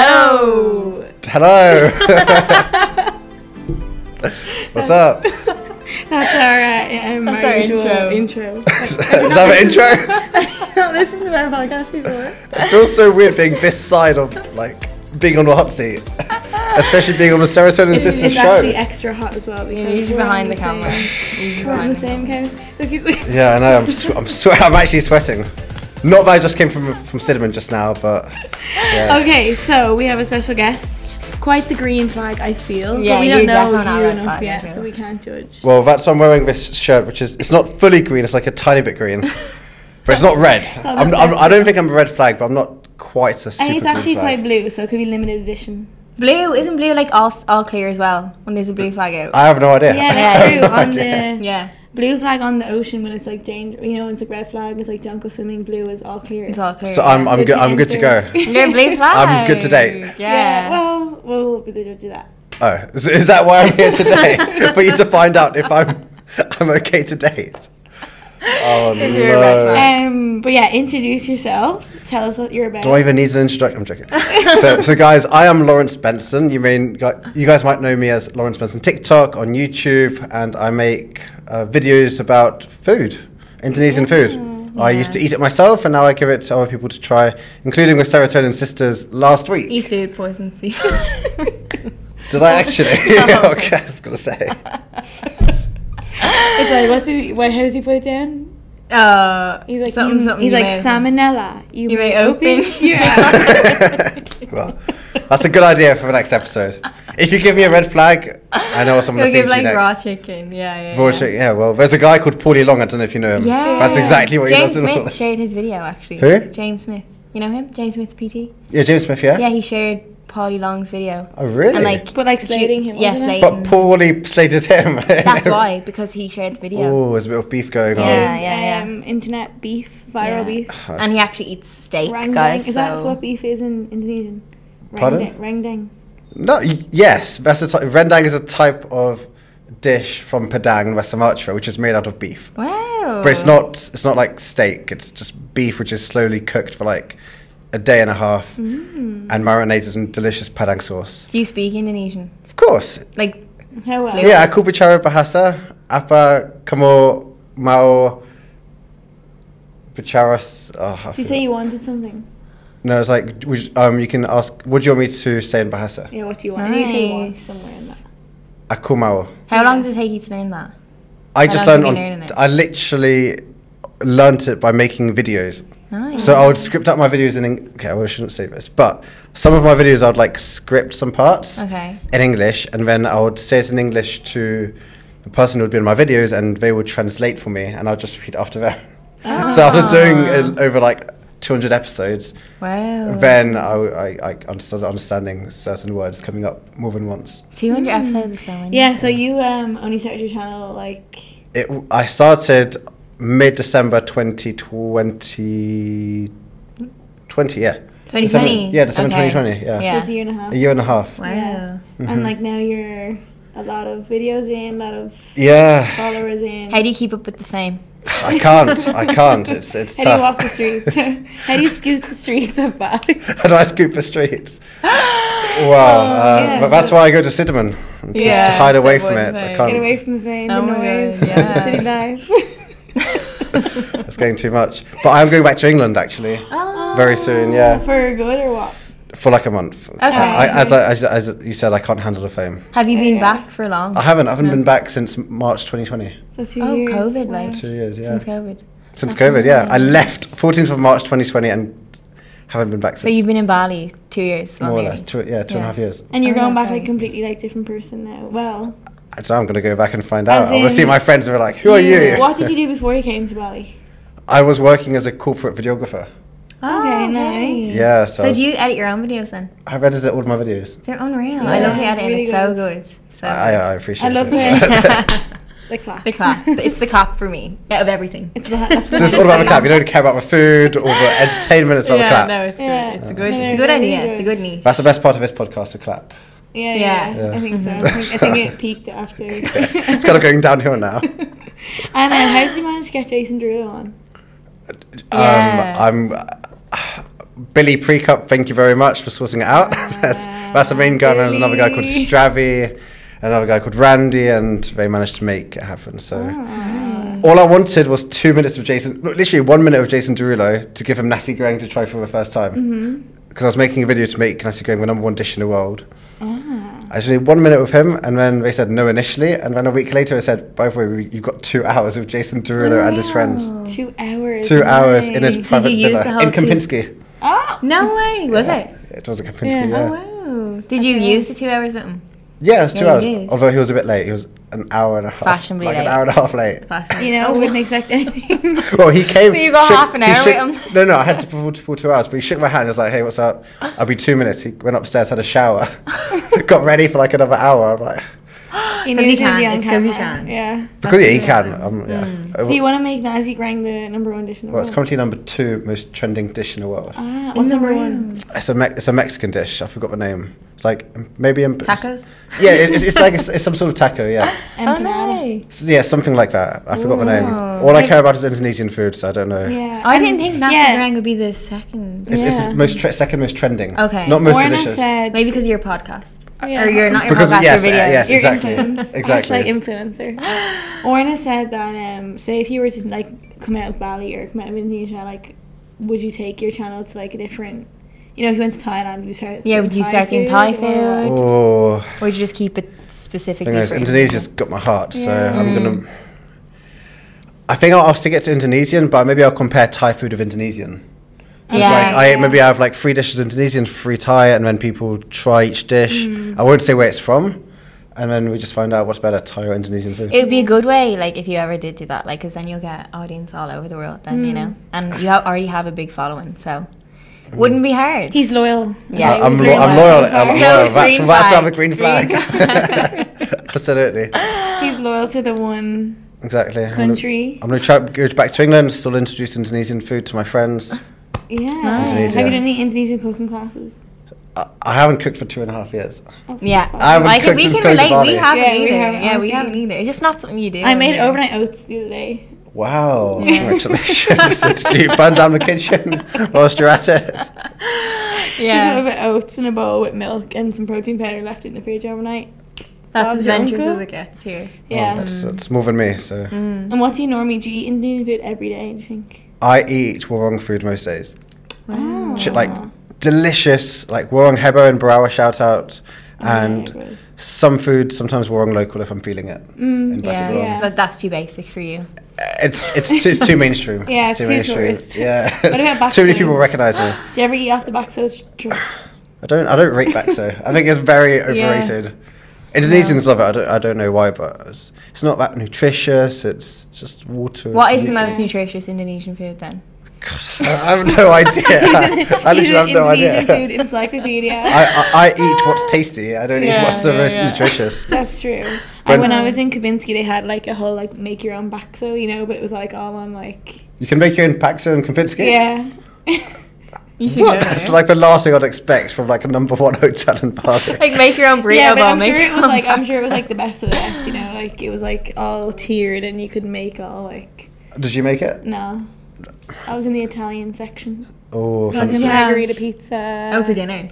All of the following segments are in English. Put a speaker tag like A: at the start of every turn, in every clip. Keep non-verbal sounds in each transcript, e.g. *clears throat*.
A: Hello.
B: Hello. *laughs* What's
A: *laughs*
B: up? Does
A: That's alright. Yeah, my
C: our
A: usual
C: intro.
A: intro.
B: that an
A: *laughs*
B: intro?
A: Not listened to our podcast before.
B: It feels so weird being this side of
A: *laughs*
B: like being on the hot seat, especially being on the serotonin
A: It's,
B: system
A: it's
B: show.
A: actually extra hot as well because
C: He's
A: we're on
C: behind the camera.
A: Same,
C: He's
A: *laughs* we're on
C: behind
A: the
C: the camera.
A: same couch. Look at the-
B: yeah, I know. I'm swe- I'm, swe- I'm
A: *laughs*
B: actually sweating. Not that I just came from from cinnamon just now, but yeah.
A: Okay, so we have a special guest. Quite the green flag, I feel.
C: Yeah,
A: but we
C: you
A: don't know
C: definitely not
A: you
C: red
A: enough
C: flag, I
A: yet, so
C: feel.
A: we can't judge.
B: Well, that's why I'm wearing this shirt, which is it's not fully green. It's like a tiny bit green, but it's not
A: *laughs*
B: red. I'm,
A: Oh, that's
B: I'm,
A: red.
B: I don't think I'm a red flag, but I'm not quite a super
A: and it's
B: green
A: actually
B: flag.
A: quite blue, so it could be limited edition.
C: Blue isn't blue like all all clear as well when there's a blue flag out.
B: I have no idea. *laughs*
A: Yeah,
C: Yeah,
A: that's
C: yeah.
A: true. On
B: Uh,
A: the
C: yeah,
A: blue flag on the ocean when it's like danger, you know, it's like red flag. It's like don't go swimming. Blue is all clear.
C: it's all clear.
B: So I'm
C: yeah.
B: I'm
A: Good
B: good.
A: to
B: I'm good to go.
A: enter.
C: You're blue flag.
B: *laughs* I'm good to date.
C: Yeah.
A: *laughs* Yeah. Well, we'll be the judge of that.
B: Oh, is, is that why I'm here today? *laughs* For you to find out if I'm I'm okay to date. Oh
C: If you're a red
B: no!
C: flag.
A: Um, but yeah, introduce yourself. Tell us what you're about.
B: Do I even need an introduction? I'm joking. so, so guys, I am Lawrence Benson. You mean you guys might know me as Lawrence Benson TikTok on YouTube, and I make uh, videos about food, Indonesian food. I used to eat it myself, and now I give it to other people to try, including with Serotonin Sisters last week.
C: Eat food poisons *laughs* people.
B: Did
C: *laughs*
B: I actually? *laughs*
C: No.
B: okay, I was gonna say.
A: *laughs* It's like what's he, what, how does he put it down?
C: Uh,
A: He's like
C: something,
A: you-
C: something
A: he's
C: you
A: like
C: may-
A: salmonella. You,
C: You may open. *laughs*
A: your
B: *laughs*
A: eyes."
B: well, that's a good idea for the next episode. If you give me a red flag, I know what I'm
C: You'll
B: going to
C: give
B: feed you
C: like raw
B: next.
C: chicken. Yeah, yeah.
B: Raw
C: yeah.
B: chick- yeah, well, there's a guy called Paulie Long. I don't know if you know him.
C: Yeah.
B: Um, That's exactly what
C: James
B: he does. in all
C: Smith
B: the-
C: shared his video actually.
B: Who?
C: James Smith. You know him? James Smith PT.
B: Yeah, James Smith, yeah?
C: Yeah, he shared Polly Long's video.
B: Oh, really?
C: And like,
A: *laughs* But, like,
C: she-
A: slating him,
C: Yeah,
A: wasn't it?
B: but
C: slating.
B: Paulie slated him.
C: That's
B: *laughs*
C: why because he shared the video.
B: Oh, there's a bit of beef going
C: Yeah,
B: on.
C: yeah, yeah.
A: Um, internet beef, viral
C: Yeah.
A: beef.
C: and he actually eats steak,
A: Rangdang.
C: guys.
A: Is that
C: so-
A: what beef is in Indonesian?
B: Pardon?
A: Rangdang. Rangdang.
B: No, y- yes, that's a ty- rendang is a type of dish from Padang, West Sumatra, which is made out of beef.
C: Wow.
B: But it's not it's not like steak. It's just beef which is slowly cooked for like a day and a half
A: Mm.
B: and marinated in delicious padang sauce.
C: Do you speak Indonesian?
B: Of course.
C: Like,
A: How uh, well?
B: Yeah, aku bicara bahasa apa kamu mau bicara? s- Oh, I
A: Did you
B: forgot.
A: say you wanted something?
B: no, it's like would you- um, you can ask. Would you want me to say in bahasa?
A: Yeah. What do you want? And you say you want
C: Nice.
A: somewhere in that.
B: Aku mau.
C: how long
A: Yeah.
C: did it take you to learn that?
B: I
C: How
B: just
C: long have
B: learned on.
C: you been learning it?
B: I literally learnt it by making videos.
C: Nice.
B: So oh, I would script out my videos in. Eng- okay, well, I shouldn't say this, but some of my videos I'd like script some parts
C: Okay.
B: in English, and then I would say it in English to the person who would be in my videos, and they would translate for me, and I'd just repeat after them. *laughs*
A: Ah.
B: So after doing it over like 200 episodes,
C: Wow.
B: then I, w- I, I un- started understanding certain words coming up more than once.
C: 200 episodes is so many.
A: Hmm. Yeah. So you um only started your channel like
B: It. w- I started mid December 2020. 20, yeah.
C: 2020.
B: December- yeah, December 2020, yeah.
A: so
C: Yeah.
A: it's a year and a half.
B: A year and a Mm-hmm. half.
C: Wow.
A: Yeah. And like now you're a lot of videos in, a lot of
B: Yeah.
A: followers in.
C: How do you keep up with the fame?
B: I can't. I
C: *laughs*
B: can't. It's it's
A: How do
B: tough.
A: you walk
B: *laughs*
A: the streets? *laughs* How do you scoot the streets of Bali?
B: How do I scoop the
A: *gasps*
B: streets? Wow. uh,
A: Oh, yeah,
B: but that's
A: so-
B: why I go to Cinnamon, just to
C: Yeah,
B: hide
C: to
B: away
C: avoid
B: from it.
C: the
B: I
C: pain.
B: can't.
A: Get away
B: *laughs*
A: from the fame,
C: Oh
A: the
C: my God,
A: noise,
C: yeah.
A: the city life.
B: It's going too much. But I'm going back to England actually
C: Oh.
B: very soon. Yeah,
A: Um, For good or what?
B: for like a month. I- I, as, I, as, as you said, I can't handle the fame.
C: Have you
A: Yeah,
C: been
A: yeah.
C: back for long?
B: I haven't. I haven't been back since March 2020.
A: So two
C: Oh,
A: years.
C: COVID,
A: wow.
C: like.
B: Two years. Yeah.
C: Since COVID.
B: Since
C: that's
B: COVID. Yeah. I left 14th of March 2020 and haven't been back since.
C: So you've been in Bali two years. well,
B: more or
C: nearly.
B: less. Two, yeah, two and a half
C: Yeah.
B: years.
A: And you're
C: Oh,
A: going
C: that's
A: back like
C: right.
A: completely like different person now. Well,
B: I don't know, I'm going to go back and find
A: As
B: out. I will see
A: in-
B: my friends and be like, who are you?
A: What did you do before you came to Bali?
B: I was working as a corporate videographer.
C: Oh,
A: Okay, nice.
B: Yeah, so, I
C: So
B: was-
C: do you edit your own videos then?
B: I've edited all my videos.
C: They're unreal. I love the
A: Yeah,
C: editing.
A: really
C: it's so
A: good.
C: good. So
B: I,
C: *laughs*
B: I appreciate
A: I love
B: it.
A: The clap.
C: the clap.
A: *laughs*
C: It's the clap for me. Out of everything.
A: It's
C: *laughs*
A: the that's
B: *laughs* so it's all about the clap. You don't care about the food or the entertainment. It's about the
C: yeah,
B: clap.
C: no, it's
A: Yeah.
C: good. It's a good.
A: No,
C: it's a good
A: they're
C: idea.
A: really
C: It's a
A: good.
C: good niche.
B: That's the best part of this podcast, the clap.
A: Yeah, yeah,
C: Yeah.
B: Yeah.
A: I think so. I think, I think
B: *laughs*
A: it peaked after. *laughs*
B: it's kind of going downhill now.
A: And uh, how did you manage to get Jason Derulo on?
C: Yeah.
B: Um, I'm. Um, Billy Precup, thank you very much for sorting it out. *laughs* that's, that's the main guy. And there's another guy called
A: Billy.
B: Stravi, another guy called Randy, and they managed to make it happen. So.
A: Oh.
B: All I wanted was two minutes of Jason, no, literally one minute of Jason Derulo to give him Nasi Goreng to try for the first time.
C: Mm-hmm.
B: Because I was making a video to make Nasi Goreng the number one dish in the world. I just did one minute with him, and then they said no initially. And then a week later, I said, by the way, we- you've got two hours of Jason Derulo and his friends.
C: Wow.
A: Two hours.
B: Two hours in his
A: nice.
B: private
C: you use
B: villa
C: the whole
B: in
C: two-
B: Kempinski.
A: Oh,
C: *laughs* No way, was it?
B: It was a Kempinski, yeah.
A: Yeah.
B: Yeah,
C: Oh wow! Did you use the two hours with him?
B: it was two
C: Yeah,
B: hours.
C: you did.
B: Although he was a bit late. He was an hour and a half.
C: fashionably
B: like an
C: late.
B: hour and a half late.
A: you know,
C: Oh.
A: wouldn't expect anything.
B: *laughs* Well, he came.
C: So you got half an
B: he
C: hour with
B: shook- No, no, I had to for, for two hours, but he shook my hand. and was like, "Hey, what's up?" I'll be two minutes. He went upstairs, had a shower,
C: *laughs*
B: got ready for like another hour. I'm like,
A: he
C: 'Cause
A: knew
C: he
A: was gonna be
C: can,
A: on
C: it's 'cause he
A: camera.
C: can.
A: Yeah.
B: because yeah, he
C: amazing.
B: can. Um, yeah.
C: Hmm.
B: Uh,
A: So you want to make Nazi Grang the number one dish in the
B: well, it's
A: world?
B: currently number two most trending dish in the world.
A: ah, what's number one?
B: It's a me- it's a Mexican dish. I forgot the name. It's like maybe em-
C: Tacos.
B: Yeah, it- it's, it's
C: *laughs*
B: like it's, it's some sort of taco. Yeah,
C: Oh
A: Empanada.
C: no!
B: S- yeah, something like that. I forgot the name.
C: Ooh.
B: All I
A: Like-
B: care about is Indonesian food, so I don't know.
A: Yeah.
C: I didn't think Nasi
A: Um, yeah.
C: Goreng would be the second.
B: It's, it's
A: Yeah.
B: most tre- second most trending.
C: Okay.
B: Not most
A: Lorna
B: delicious.
A: said
C: Maybe because of your podcast,
A: Yeah.
C: or you're not your
B: Because-
C: podcast,
B: yes,
C: your video.
B: uh, yes.
A: Your
B: Exactly. *laughs*
A: influence.
B: Exactly.
A: Hashtag influencer. *gasps* Orna said that um, say if you were to like come out of Bali or come out of Indonesia, like would you take your channel to like a different you know, if you went to Thailand, would you start
C: Yeah, would you start doing Thai
A: or-
C: food?
B: Oh.
C: Or would you just keep it
B: thing
C: specifically?
B: is,
C: for
B: Indonesia's got my heart, so
A: Yeah.
B: I'm gonna. I think I'll have to get to Indonesian, but maybe I'll compare Thai food with Indonesian. So
C: Yeah.
B: it's like I
A: Yeah.
B: maybe I have like three dishes Indonesian, three Thai, and then people try each dish. I won't say where it's from, and then we just find out what's better, Thai or Indonesian food.
C: It would be a good way, like if you ever did do that, like because then you'll get audience all over the world. Then
A: Mm.
C: you know, and you ha- already have a big following, so
B: Mm.
C: wouldn't be hard.
A: He's loyal.
C: Yeah.
B: I- I'm,
A: Green
B: lo- I'm
A: flag.
B: loyal.
A: Green
B: I'm
A: flag.
B: loyal.
C: So,
B: That's,
C: green
B: that's why I'm a
C: flag.
B: green
C: Green
B: flag. *laughs* Absolutely.
A: He's loyal to the one
B: Exactly. I'm gonna-
A: country.
B: I'm gonna try go back to England. Still introduce Indonesian food to my friends.
A: Yeah.
C: Nice.
A: Have
B: Indonesia.
A: you done any Indonesian cooking classes?
B: I, I haven't cooked for two and a half years.
A: Oh,
C: Yeah,
A: fuck.
B: I haven't
C: like
B: cooked
C: we
B: since
C: can
B: going to
C: relate.
B: Bali.
C: We haven't
A: Yeah, we
C: either.
A: haven't,
C: yeah, we
A: honestly.
C: haven't either. It's just not something you do.
A: I made
C: yeah.
B: *laughs*
A: overnight oats the other day.
B: Wow,
C: Yeah.
A: *laughs*
B: congratulations. Did you burn down the kitchen whilst you're at it?
A: Just a
C: Yeah,
A: little bit of oats in a bowl with milk and some protein powder left in the fridge overnight.
C: that's as
A: Bob's your
C: adventurous
A: uncle?
C: as it gets here.
B: Oh,
A: Yeah.
B: that's, that's more than me. So
A: And what do you normally do? You eat Indian food every day, do you think?
B: I eat Wurrung food most days.
C: Oh.
A: Wow.
B: Shit like delicious, like Wurrung Hebo and Barawa shout out, and some food sometimes Wurrung local if I'm feeling it.
A: Mm.
B: in
C: Yeah,
B: Batavia.
A: Mm-hmm. Yeah.
C: but that's too basic for you.
B: It's, it's it's too mainstream.
A: *laughs* Yeah, it's too tourist.
B: Yeah, *laughs*
A: about
B: too many
A: Baxo?
B: people recognise me.
A: Do you ever eat off the back so drugs?
B: I don't I don't rate Baxo. I think it's
C: *laughs*
B: very overrated. Indonesians love it. I don't, I don't know why, but it's, it's not that nutritious. It's just water.
C: What
B: It's
C: is the
B: meat.
C: most nutritious Indonesian food then?
B: I *laughs* I have
C: *laughs*
A: *laughs*
B: no idea. *laughs* I literally
A: He's
B: have
A: an
B: no
A: Indonesian food
B: idea.
A: encyclopedia.
B: *laughs* I, I, I eat what's tasty. I don't eat
C: Yeah,
B: what's the
C: yeah,
B: most
C: yeah.
B: nutritious.
A: That's true.
B: But-
A: and when I was in Kabinski, they had like a whole like make your own bakso, you know, but it was like all on like
B: You can make your own Paxo and Kempinski.
A: yeah. *laughs*
C: You should
B: What? It's like the last thing I'd expect from like a number one *laughs* hotel in Bali.
C: Like, make your own burrito
A: yeah, but
C: ball,
A: I'm
C: make
A: sure
C: your
A: it was
C: own
A: like I'm sure it was
C: pasta. *laughs*
A: like the best of the best, you know, like it was like all tiered and you could make all like
B: Did you make it?
A: no. I was in the Italian section.
B: Oh,
A: Like a
B: fancy.
C: Yeah.
A: margarita pizza.
C: Oh, for dinner.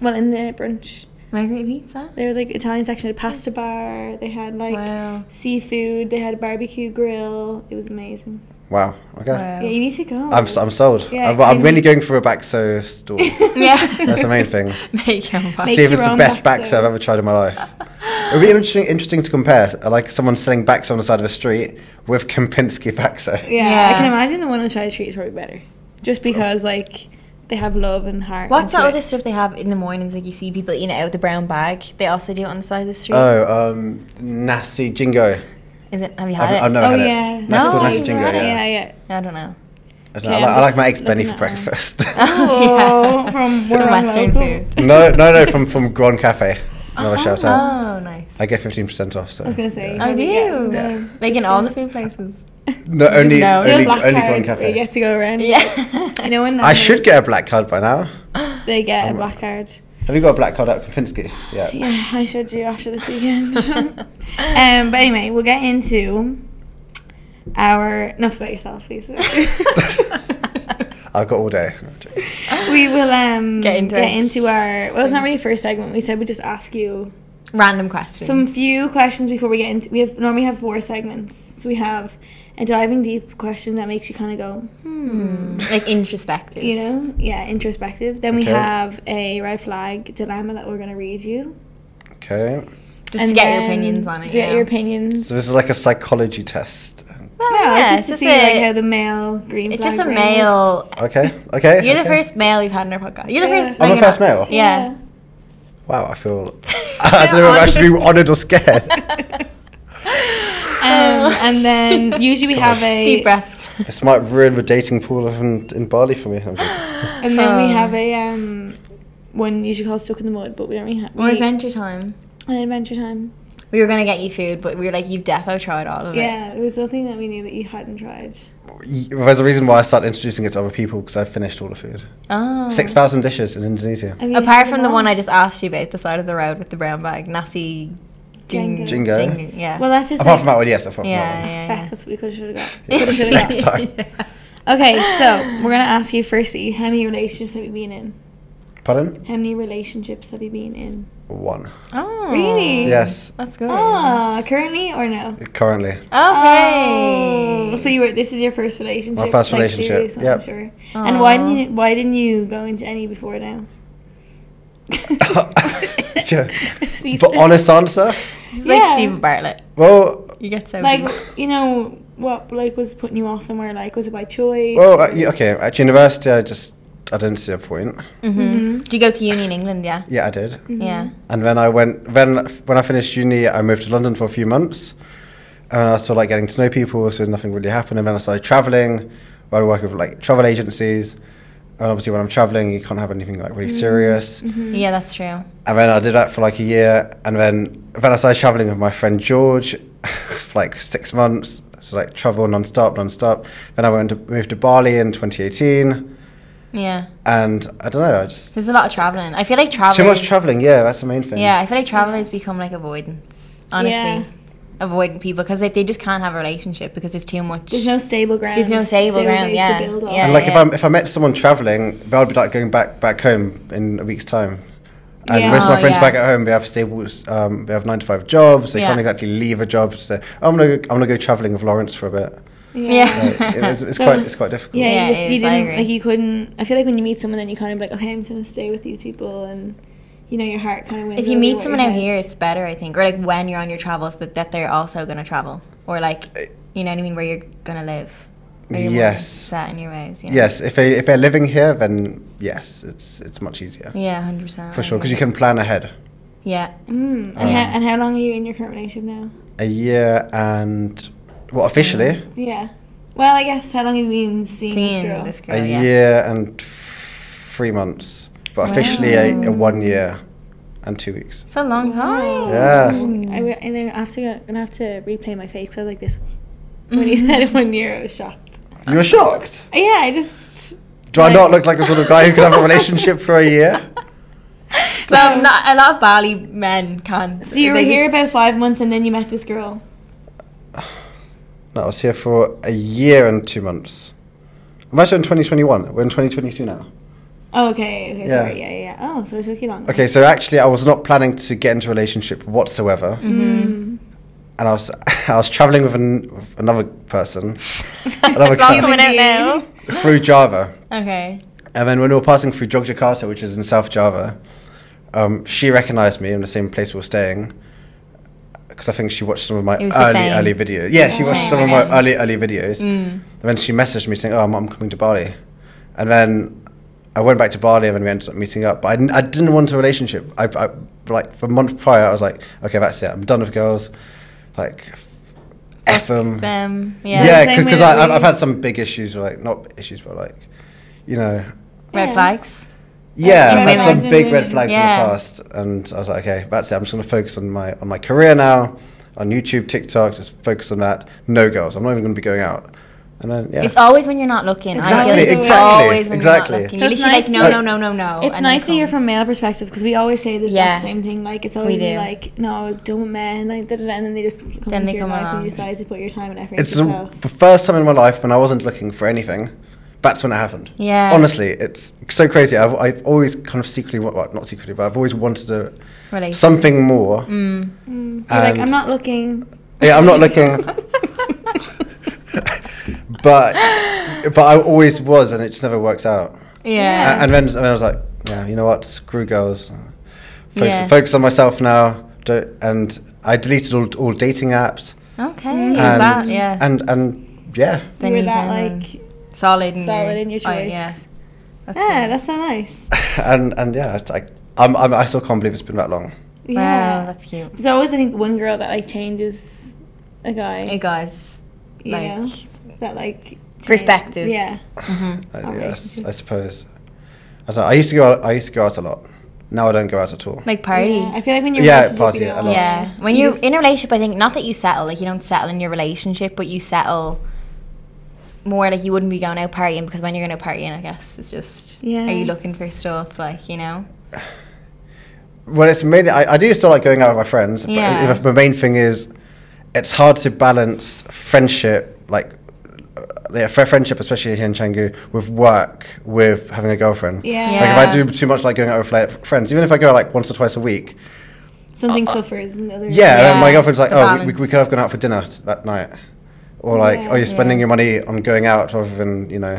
A: Well, in the brunch,
C: Margarita pizza?
A: there was like Italian section, a pasta bar. They had like
C: wow.
A: seafood. They had a barbecue grill. It was amazing.
B: Wow. Okay.
C: Wow.
A: Yeah, you need to go.
B: I'm, I'm sold.
A: Yeah,
B: I'm, I'm
A: maybe-
B: really going for a Baxo store.
C: Yeah.
B: That's the main
C: *laughs*
B: thing.
C: *laughs* Make your own pasta.
A: Make
B: See if
A: your
B: it's the
A: own
B: best
A: Baxo.
B: Baxo I've ever tried in my life. It would be interesting, interesting to compare, uh, like someone selling Baxo on the side of the street with Kempinski Baxo.
A: *laughs* yeah, I
C: Yeah.
A: can imagine the one on China Street is probably better, just because like they have love and heart.
C: What's that
A: into
C: other
A: it.
C: stuff they have in the mornings? Like, you see people eating it out of the brown bag. They also do it on the side of the street.
B: Oh, um, Nasi Jingo.
C: Is it? Have you had
B: I've,
C: it?
B: I've never
A: Oh
B: had
A: yeah,
B: it. That's
C: No,
B: called Nasi
C: I've
B: Jingo,
A: yeah.
B: yeah.
A: Yeah, yeah.
C: I don't know.
B: I, don't know, I
A: Okay,
B: like,
A: I'm
B: I like
A: just
B: my eggs Benny for
A: looking at mine.
B: breakfast.
A: *laughs*
C: *laughs*
A: Oh, from
C: Some
A: Warren
C: Western
A: Local.
C: food.
B: no, no, no,
C: *laughs*
B: from, from Grand Cafe. Another shout out.
C: Oh, nice.
B: I get 15% off, so.
A: Ah. I was gonna say.
B: yeah.
A: how
C: I
A: do you get some
C: do.
A: of
B: Yeah.
A: them?
C: Like in
A: Just
C: all
A: *laughs* go-
C: the food places.
B: No, only,
C: know.
A: Do you have
B: only,
A: black
B: only
A: card
B: Grand
A: where You
B: Cafe.
A: get to go around.
C: Yeah.
A: You
C: *laughs*
A: know when
B: I should get a black card by now.
A: They get a black card.
B: Have you got a black card at Kempinski? Yeah.
A: Yeah, I should do after this weekend.
C: *laughs*
A: *laughs* um, but anyway, we'll get into
C: *laughs*
A: our enough about yourself, Lisa.
B: I've got all day.
A: we will um,
C: Get into it.
A: our. Well, it's not really a first segment. We said we'd just ask you
C: Random question.
A: some few questions before we get into. We have normally have four segments, so we have a diving deep question that makes you kind of go,
C: Hmm, like introspective.
A: you know, yeah, introspective. Then we
B: Okay.
A: have a red flag dilemma that we're gonna read you.
B: Okay.
C: Just to get your
A: then-
C: opinions on it.
A: To get
C: yeah.
A: your opinions.
B: So this is like a psychology test.
C: Well,
A: no,
C: yeah,
A: it's just to see
C: a-
A: like how the male green.
C: it's
A: flag
C: just a
A: works.
C: male.
B: Okay.
C: *laughs*
B: Okay.
C: You're
A: *laughs*
C: the
B: okay.
C: first male we've had in our podcast. You're the
A: Yeah.
C: first.
B: I'm the
C: male.
B: first male.
C: Yeah.
B: Wow, I feel. *laughs* I don't know if I should be honored or scared.
C: *laughs*
A: Um,
B: *laughs*
A: and then usually we have a
C: Deep breaths.
B: this might ruin the dating pool in, in Bali for me. I'm joking.
A: And then we
C: Oh.
A: have a um one usually called stuck in the mud, but we don't really have
C: More
A: we,
C: adventure time.
A: an adventure time.
C: We were gonna get you food, but we were like, you've defo tried all of it.
A: Yeah, it was something that we knew that you hadn't tried.
B: Y- There's a reason why I started introducing it to other people because I finished all the food.
C: Oh.
B: Six thousand dishes in Indonesia.
A: I mean, you had
C: Apart
A: it
C: from the
A: all.
C: one I just asked you about, the side of the road with the brown bag, Nasi Jing-
A: Jenga.
B: Jingo.
C: Jing- yeah.
A: well, that's just
B: Apart
A: like,
B: from that one, yes. Apart from
C: yeah,
B: that one.
C: yeah,
A: Fuck,
C: yeah.
A: that's what we could have
C: *laughs*
A: should have got.
B: Yeah,
A: Coulda,
B: *laughs*
A: shoulda,
B: next
A: *laughs* yeah.
B: time.
A: Okay, so we're gonna ask you firstly, how many relationships have you been in?
B: Pardon?
A: How many relationships have you been in?
B: One.
C: Oh.
A: Really?
B: Yes.
C: That's good.
A: Ah, currently or no?
B: Currently.
C: Okay.
A: Oh, so you were. This is your first relationship.
B: My first
A: like,
B: relationship,
A: serious one,
B: yep.
A: I'm sure. And why
C: Aw.
A: didn't you, why didn't you go into any before now?
B: *laughs*
C: *laughs*
B: Sure.
A: Speechless.
B: The honest answer.
C: It's like
A: Yeah.
C: Stephen Bartlett.
B: Well,
C: You get so
A: like
C: deep.
A: you know what like was putting you off somewhere? Like was it by choice?
B: well, uh, yeah, okay. At university, I just I didn't see a point.
C: Mhm.
A: Mm-hmm.
C: Do you go to uni in England? Yeah.
B: Yeah, I did.
C: Yeah.
B: And then I went. Then f- when I finished uni, I moved to London for a few months, and I started like getting to know people. So nothing really happened. And then I started traveling. I work with like travel agencies, and obviously when I'm traveling, you can't have anything like
C: Mm.
B: really serious.
A: Mm-hmm.
C: Yeah, that's true.
B: And then I did that for like a year, and then then I started traveling with my friend George *laughs* for like six months. So like travel non-stop, non-stop. Then I went to moved to Bali in 2018,
C: Yeah.
B: and I don't know. I just
C: There's a lot of traveling. I feel like traveling.
B: too much traveling. Yeah, that's the main thing.
C: Yeah, I feel like travelers become like avoidance. Honestly,
A: Yeah.
C: avoidant people because like they just can't have a relationship because there's too much.
A: There's no stable ground.
C: There's no stable
A: so
C: ground,
A: big to
C: yeah.
A: build on.
C: Yeah.
B: And like if I'm if I met someone traveling, that would be like going back back home in a week's time. And
A: Yeah.
B: most of my
C: Oh,
B: friends
C: yeah.
B: back at home, they have stable, um, they have nine to five jobs. They
C: Yeah.
B: can't exactly leave a job to say, "I'm gonna, go, I'm gonna go traveling with Lawrence for
C: *laughs*
B: a bit."
C: Yeah.
B: Like, it- it's, it's
A: So-
B: quite, it's quite difficult.
A: Yeah,
C: Yeah,
A: you, just,
C: it
A: you
C: is, I
A: didn't
C: agree.
A: like you couldn't. I feel like when you meet someone, then you kind of be like, okay, I'm just gonna stay with these people, and you know your heart kind of wins.
C: if you
A: over
C: meet
A: what
C: someone
A: your
C: out
A: head-
C: here, it's better, I think. Or like when you're on your travels, but that they're also gonna travel, or like you know what I mean, where you're gonna live. Where you're more
B: Yes.
C: Set in your ways. Yeah.
B: Yes, if they if they're living here, then yes, it's it's much easier
C: Yeah, hundred percent.
B: for sure because you can plan ahead.
C: Yeah.
A: Mm. And, how, and how long are you in your current relationship now?
B: A year and well, officially
A: Yeah. Well, I guess how long have you been seeing,
C: Seeing
A: this girl?
C: this girl.
B: a
C: Mm-hmm. yeah.
B: year and f- three months, but officially a, a one year and two weeks.
C: It's a long time.
B: Yeah.
A: I w- and then I have to go, gonna have to replay my face. I was
C: *laughs*
A: like this when he *laughs* said one year. I was shocked.
B: You were shocked.
A: Uh, Yeah, I just
B: Do I
A: Like-
B: not look like a sort of guy who can have a relationship for a year?
C: Well, not, a lot of Bali men can't.
A: *laughs* so you were
C: They
A: here
C: just-
A: about five months and then you met this girl.
B: No, I was here for a year and two months. I'm actually in 2021. We're in 2022 now.
A: Oh, okay, okay,
B: Yeah.
A: sorry, yeah, yeah. yeah. Oh, so it took you long.
B: Okay, so actually, I was not planning to get into a relationship whatsoever,
C: Mm-hmm.
A: Mm. Mm-hmm.
B: and I was *laughs* I was traveling with, an, with another person another
C: It's all
B: cat.
C: coming out now. *gasps*
B: through Java,
C: Okay.
B: and then when we were passing through Jogjakarta, which is in South Java, um, she recognised me in the same place we were staying. Because I think she watched some of my
C: It was the
B: early,
C: fame.
B: early videos. Yeah, she watched some of my
C: Fame.
B: early, early videos.
A: Mm.
C: Mm.
B: And then she messaged me saying, Oh, I'm, I'm coming to Bali. And then I went back to Bali and then we ended up meeting up. But I, didn't- I didn't want a relationship. I, I Like, for a month prior, I was like, Okay, that's it. I'm done with girls. Like, F
C: Um, yeah.
B: them.
A: same
B: Yeah,
A: way
B: because
A: that
B: I've
A: we-
B: I've had some big issues, with, like, not issues, but like, you know.
C: Red
A: Yeah.
C: flags.
B: Yeah, I've
C: red
B: had some
A: flags.
B: big red flags in
C: Yeah.
B: the past, and I was like, okay, that's it. I'm just gonna focus on my on my career now, on YouTube, TikTok, just focus on that. No girls. I'm not even gonna be going out. And then yeah,
C: It's always when you're not looking.
B: Exactly,
C: I feel like it's
B: exactly,
C: always when
B: exactly.
C: you're not looking.
A: So
C: You're
A: it's
C: literally
A: nice-
C: like,
B: Like-
C: no, no, no, no, no.
A: *laughs* It's
C: Oh, and
A: nice
C: then
A: to hear
C: come.
A: from male perspective because we always say the exact
C: Yeah.
A: same thing. Like it's always
C: do.
A: like, no, I was done with men, like da da da, and then they just come
C: Then
A: into
C: they
A: your
C: come
A: life and
C: along.
A: you decide to put your time and effort
B: it's
A: into yourself.
B: the, the first time in my life when I wasn't looking for anything That's when it happened.
C: Yeah.
B: Honestly, it's so crazy. I've, I've always kind of secretly, wa- well, not secretly, but I've always wanted to
C: Relation.
B: something
C: *laughs*
B: more.
C: Mm.
A: You're Mm. like,
B: And-
A: I'm not looking.
B: Yeah, I'm not
A: *laughs*
B: looking, but but I always was, and it just never works out.
C: yeah.
B: A- And then, and then I was like, yeah, you know what? Screw girls. Focus,
C: Yeah.
B: focus on myself now. Don't, and I deleted all, all dating apps.
C: Okay.
A: Mm.
C: Is
B: and,
C: that yeah?
B: And and yeah, *laughs*
A: You
C: *laughs* Then
A: were
C: you
A: that
C: can,
A: like
C: solid. In
A: solid
C: your,
A: in your choice.
C: oh, yeah. That's
A: yeah,
C: good.
A: that's so nice.
B: and and yeah, it's like I'm, I'm I still can't believe it's been that long.
A: Yeah.
C: Wow, that's cute.
A: There's always, I think, one girl that like changes a guy.
C: Hey guys.
A: you
C: like-
A: know, that like change-
C: Perspective.
A: Yeah.
C: hmm
B: I
A: Oh,
B: yes, I
A: relationships.
B: suppose. I, don't- I used to go out, I used to go out a lot. Now I don't go out at all.
C: Like party.
A: Yeah, I feel like when you're
B: Yeah,
A: in a relationship,
B: party
A: you
B: a
A: know,
B: lot.
C: Yeah. When
A: you
C: you're
A: just-
C: in a relationship, I think not that you settle, like you don't settle in your relationship, but you settle more like you wouldn't be going out partying because when you're going out partying, I guess it's just
A: Yeah.
C: are you looking for stuff like you know?
B: Well, it's mainly I, I do still like going out with my friends,
C: Yeah.
B: but if the main thing is it's hard to balance friendship, like uh, yeah, fr- friendship, especially here in Canggu, with work, with having a girlfriend.
A: Yeah.
C: Yeah.
B: Like if I do too much like going out with like, friends, even if I go out like once or twice a week,
A: Something suffers and the other.
B: yeah,
C: Yeah,
B: and my girlfriend's like,
C: the
B: oh, we, we
C: balance.
B: could have gone out for dinner t- that night, or like,
A: Yeah.
B: oh, you're spending
C: Yeah.
B: your money on going out rather than you know,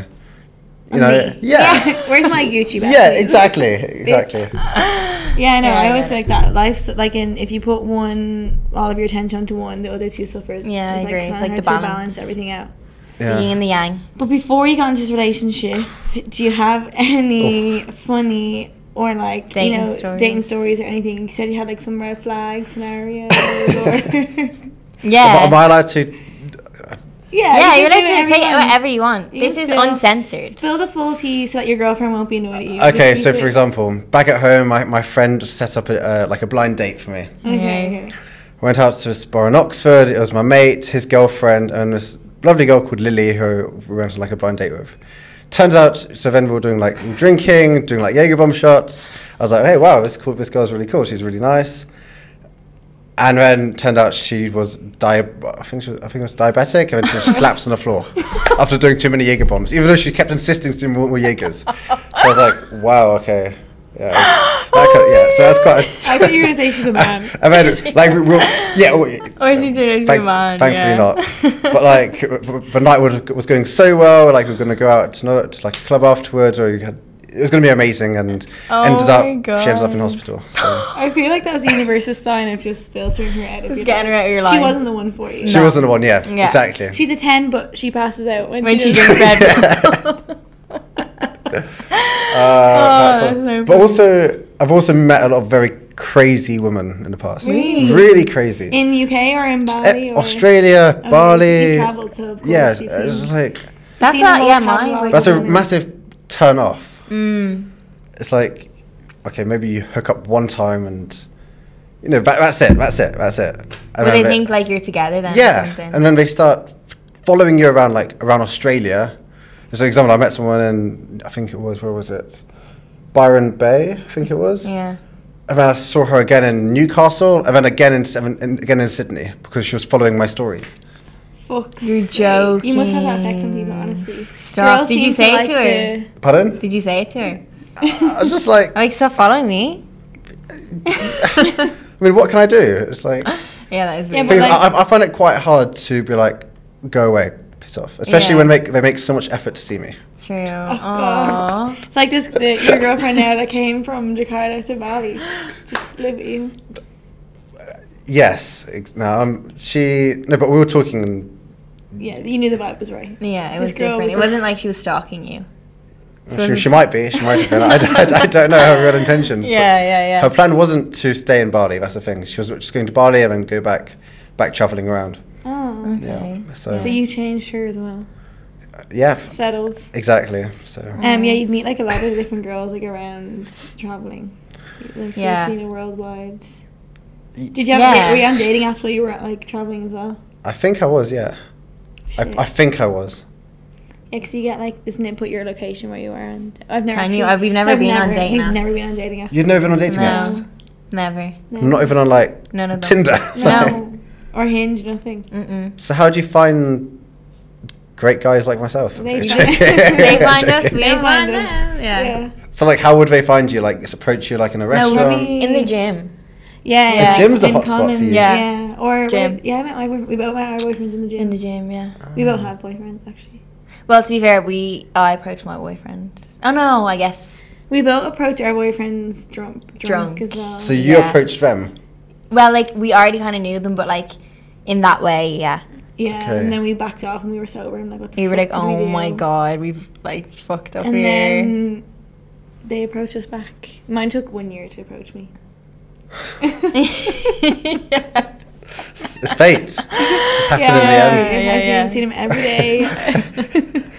B: you
A: On
B: know,
A: me. *laughs*
B: *laughs* yeah,
A: Where's my Gucci bag?
B: yeah,
A: please? *laughs*
B: exactly, exactly.
A: Yeah, I know.
C: Yeah,
A: I
C: I get
A: always feel like that. Life's like in if you put one all of your attention to one, the other two suffer.
C: Yeah, I
A: it's
C: agree. It's
A: kinda
C: like
A: hard
C: the
A: to
C: balance.
A: everything out.
C: The yin
B: Yeah.
C: and the yang.
A: But before you got into this relationship, do you have *laughs* any funny or like
C: Dating
A: you know
C: stories.
A: dating stories or anything? You said you had like some red flag
B: *laughs*
A: scenarios. or *laughs*
C: Yeah.
B: Am I allowed to?
A: yeah,
C: yeah,
A: you
C: you're
A: can
C: allowed to say
A: whatever you want.
C: whatever you want.
A: You
C: this
A: can
C: is
A: spill-
C: uncensored. *laughs*
A: Spill the full tea so that your girlfriend won't be annoyed at you.
B: Okay,
A: Just
B: so
A: be
B: for
A: like-
B: example, back at home, my, my friend set up a, uh, like a blind date for me.
A: Okay, okay.
B: Went out to this bar in Oxford. It was my mate, his girlfriend, and this lovely girl called Lily who we went on like a blind date with. Turns out, so then we were doing like drinking, doing like Jaeger bomb shots. I was like, hey, wow, this cool. This girl's really cool. She's really nice. And then turned out she was di- I think she was, I think it was diabetic, and then she
A: *laughs*
B: just collapsed on the floor after doing too many Jaeger bombs. Even though she kept insisting to do more, more Jaegers, so I was like, wow, okay, yeah,
A: *laughs*
B: that could- yeah. So that's quite. A
A: I thought you were gonna say *laughs* she's
B: *laughs*
A: a man. Oh,
B: and then like we, we yeah.
A: *laughs*
B: we- *laughs*
C: Or if you do it, if
B: Thank-
C: you're mad, yeah.
B: thankfully *laughs* not. But
A: *laughs*
B: like w- w- the night was, was going so well. Like we were going to go out to, no- to like a club afterwards, or you had, it was going to be amazing. And
C: Oh
B: ended
C: my
B: up she ended up in
C: God.
B: hospital.
A: *laughs*
B: So
A: I feel like that was the universe's sign of just filtering her out. of
C: Just
A: your
C: getting her
A: life.
C: out of your
A: She
C: life.
A: wasn't the one for you.
B: she
C: No.
B: wasn't the one. Yeah,
C: Yeah.
B: exactly.
A: She's a ten, but she passes out when,
C: when she
A: does-
C: drinks Red
B: Yeah. *laughs*
C: Bull.
B: Uh, that's all.
A: Oh,
C: that's so
B: but also, I've also met a lot of very crazy women in the past.
A: Really?
B: Really crazy.
A: in the UK or in
B: Uh,
A: Bali or
B: Australia,
A: Oh,
B: Bali.
A: You traveled, so of course
B: yeah,
A: you've
B: it's just
A: seen-
B: like
C: That's
A: Seen them
C: not
A: all
C: yeah
A: catalog.
C: mine.
B: that's a
A: women.
B: massive turn off.
C: Mm.
B: it's like okay maybe you hook up one time and you know that, that's it that's it that's it and
C: Well,
B: then
C: they think like you're together then. or
B: yeah
C: something.
B: and then they start f- following you around like around australia as an example i met someone in i think it was where was it byron bay i think it was
C: yeah.
B: and then i saw her again in newcastle and then again in, and and again in sydney because she was following my stories
A: Fuck's
C: You're
A: sake. You must have that effect on people,
C: joking.
A: honestly.
C: Stop.
A: Girls
C: Did you
A: seem
C: say it
A: like
C: to her? *laughs*
B: pardon
C: Did you say it to her?
B: i was just like
C: Oh, like, stop following
A: *laughs*
C: me.
B: i mean what can i do it's like
C: Yeah, that is
A: Yeah,
C: weird.
A: but
B: Because
A: like-
B: I, I find it quite hard to be like, go away, piss off. Especially
C: Yeah.
B: when make, they make so much effort to see me.
C: True.
A: God.
C: Oh,
A: It's like this the, your girlfriend now that came from Jakarta to Bali. Just live with you.
B: Yes. Ex- no, um, she. No, but we were talking.
A: Yeah, you knew the vibe was right.
C: Yeah, it
A: This
C: was different.
A: girl was
C: it
A: just-
C: wasn't like she was stalking you.
B: She, she might be. She might be. I, d-
C: *laughs*
B: I d- I don't know her real intentions. but
C: Yeah, yeah, yeah.
B: Her plan wasn't to stay in Bali. That's the thing. She was just going to Bali and then go back, back traveling around.
A: Oh.
C: Okay.
B: Yeah. So.
A: So you changed her as well.
B: yeah.
A: Settled.
B: Exactly. So.
A: Um, yeah, you'd meet like a lot of different girls like around traveling. Like so
C: Yeah.
A: you've seen it worldwide.
B: Y-
A: Did you have
C: Yeah.
A: were you on dating apps while you were like traveling as well?
B: I think I was. Yeah. I,
A: Shit.
B: I think I was.
A: Yeah, 'cause you get like, doesn't it put your location where you are? And I've never.
C: Can you?
A: actually-
C: Uh, we've never
A: I've
C: been on
A: never-
C: dating
A: We've
C: apps.
A: never been on dating apps.
B: You'd never been on dating
C: No.
B: apps.
C: Never.
A: No.
B: Not even on like
C: None
B: *laughs*
C: of them.
B: Tinder.
A: *laughs* No. or Hinge, nothing.
C: Mm-mm.
B: So how do you find great guys like myself.
C: *laughs*
A: They
C: they find us.
B: Joking.
C: We
A: They'll
C: find
A: find
C: them.
A: us.
C: Yeah.
A: yeah.
B: So like, how would they find you? Like, just approach you like in a
C: No,
B: restaurant?
A: maybe-
C: in the gym.
A: Yeah,
C: The
A: yeah.
B: gym's a
A: in
B: hot spot
A: common,
B: for you.
A: Yeah.
C: Yeah.
A: Or
C: Gym.
A: we- yeah, I met my boyfriend. We both met our boyfriends in the gym.
C: In the gym, yeah.
A: we both have boyfriends actually.
C: Well, to be fair, we I approached my boyfriend. Oh no, I guess.
A: We both approach our boyfriends drunk, drunk,
C: Drunk.
A: as well.
B: So you
C: Yeah.
B: approached
C: *laughs*
B: them.
C: Well, like we already kind of knew them, but like in that way, yeah.
A: yeah,
B: Okay.
A: and then we backed off and we were sober and like what the
C: We were like,
A: fuck did we
C: oh my
A: do?"
C: god, we've like fucked up
A: And
C: here.
A: then they approached us back. Mine took one year to
C: *laughs*
A: approach me.
C: yeah.
B: It's fate. It's happened
A: yeah,
B: in the end.
A: If
C: Yeah,
A: I see
C: yeah.
A: him, seen him every day,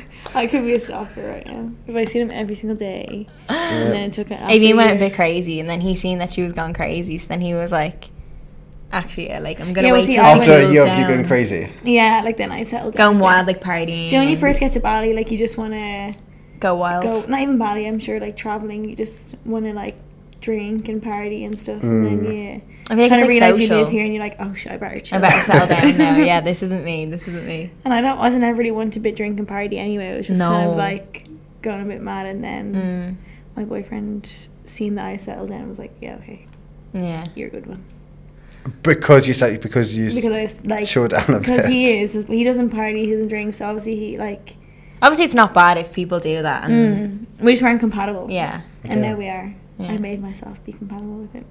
C: *laughs*
A: *laughs* I could be a stalker right now. If I seen him every single day, and then it took an.
C: Avian went a
A: year.
C: bit crazy, and then he seen that she was gone crazy, so then he was like, actually, yeah, like I'm gonna
A: Yeah, well,
C: wait
A: see,
C: till
A: I
C: she
A: went-
B: After a
C: cools
B: year of you
C: down."
B: going crazy.
A: Yeah, like then I settled.
C: going
A: down.
C: wild, like partying.
A: Do you know when you
C: and
A: first get to Bali, like you just want to
C: go wild?
A: go, not even Bali, I'm sure, like traveling, you just want to like drink and party and stuff. And then you
C: I feel like
A: kind
C: it's, like,
A: of realize
C: social.
A: you live here and you're like, oh shit, I better chill.
C: I better settle
A: *laughs*
C: down now. Yeah, this isn't me. This isn't me.
A: And I don't, wasn't ever really one to bit drink and party anyway. It was just kind
C: No. Mm.
A: of like going a bit mad. And then my boyfriend, seeing that I settled down, was like, yeah, okay,
C: Yeah.
A: you're a good one.
B: Because you said because you
A: Because I was like,
B: chilled down a bit.
A: because he is, he doesn't party, he doesn't drink, so obviously he like, mm.
C: Obviously, it's not bad if people do that. And
A: we just weren't compatible.
C: Mm. Yeah.
A: And
B: Yeah.
A: now we are.
C: Yeah.
A: I made myself be compatible with him.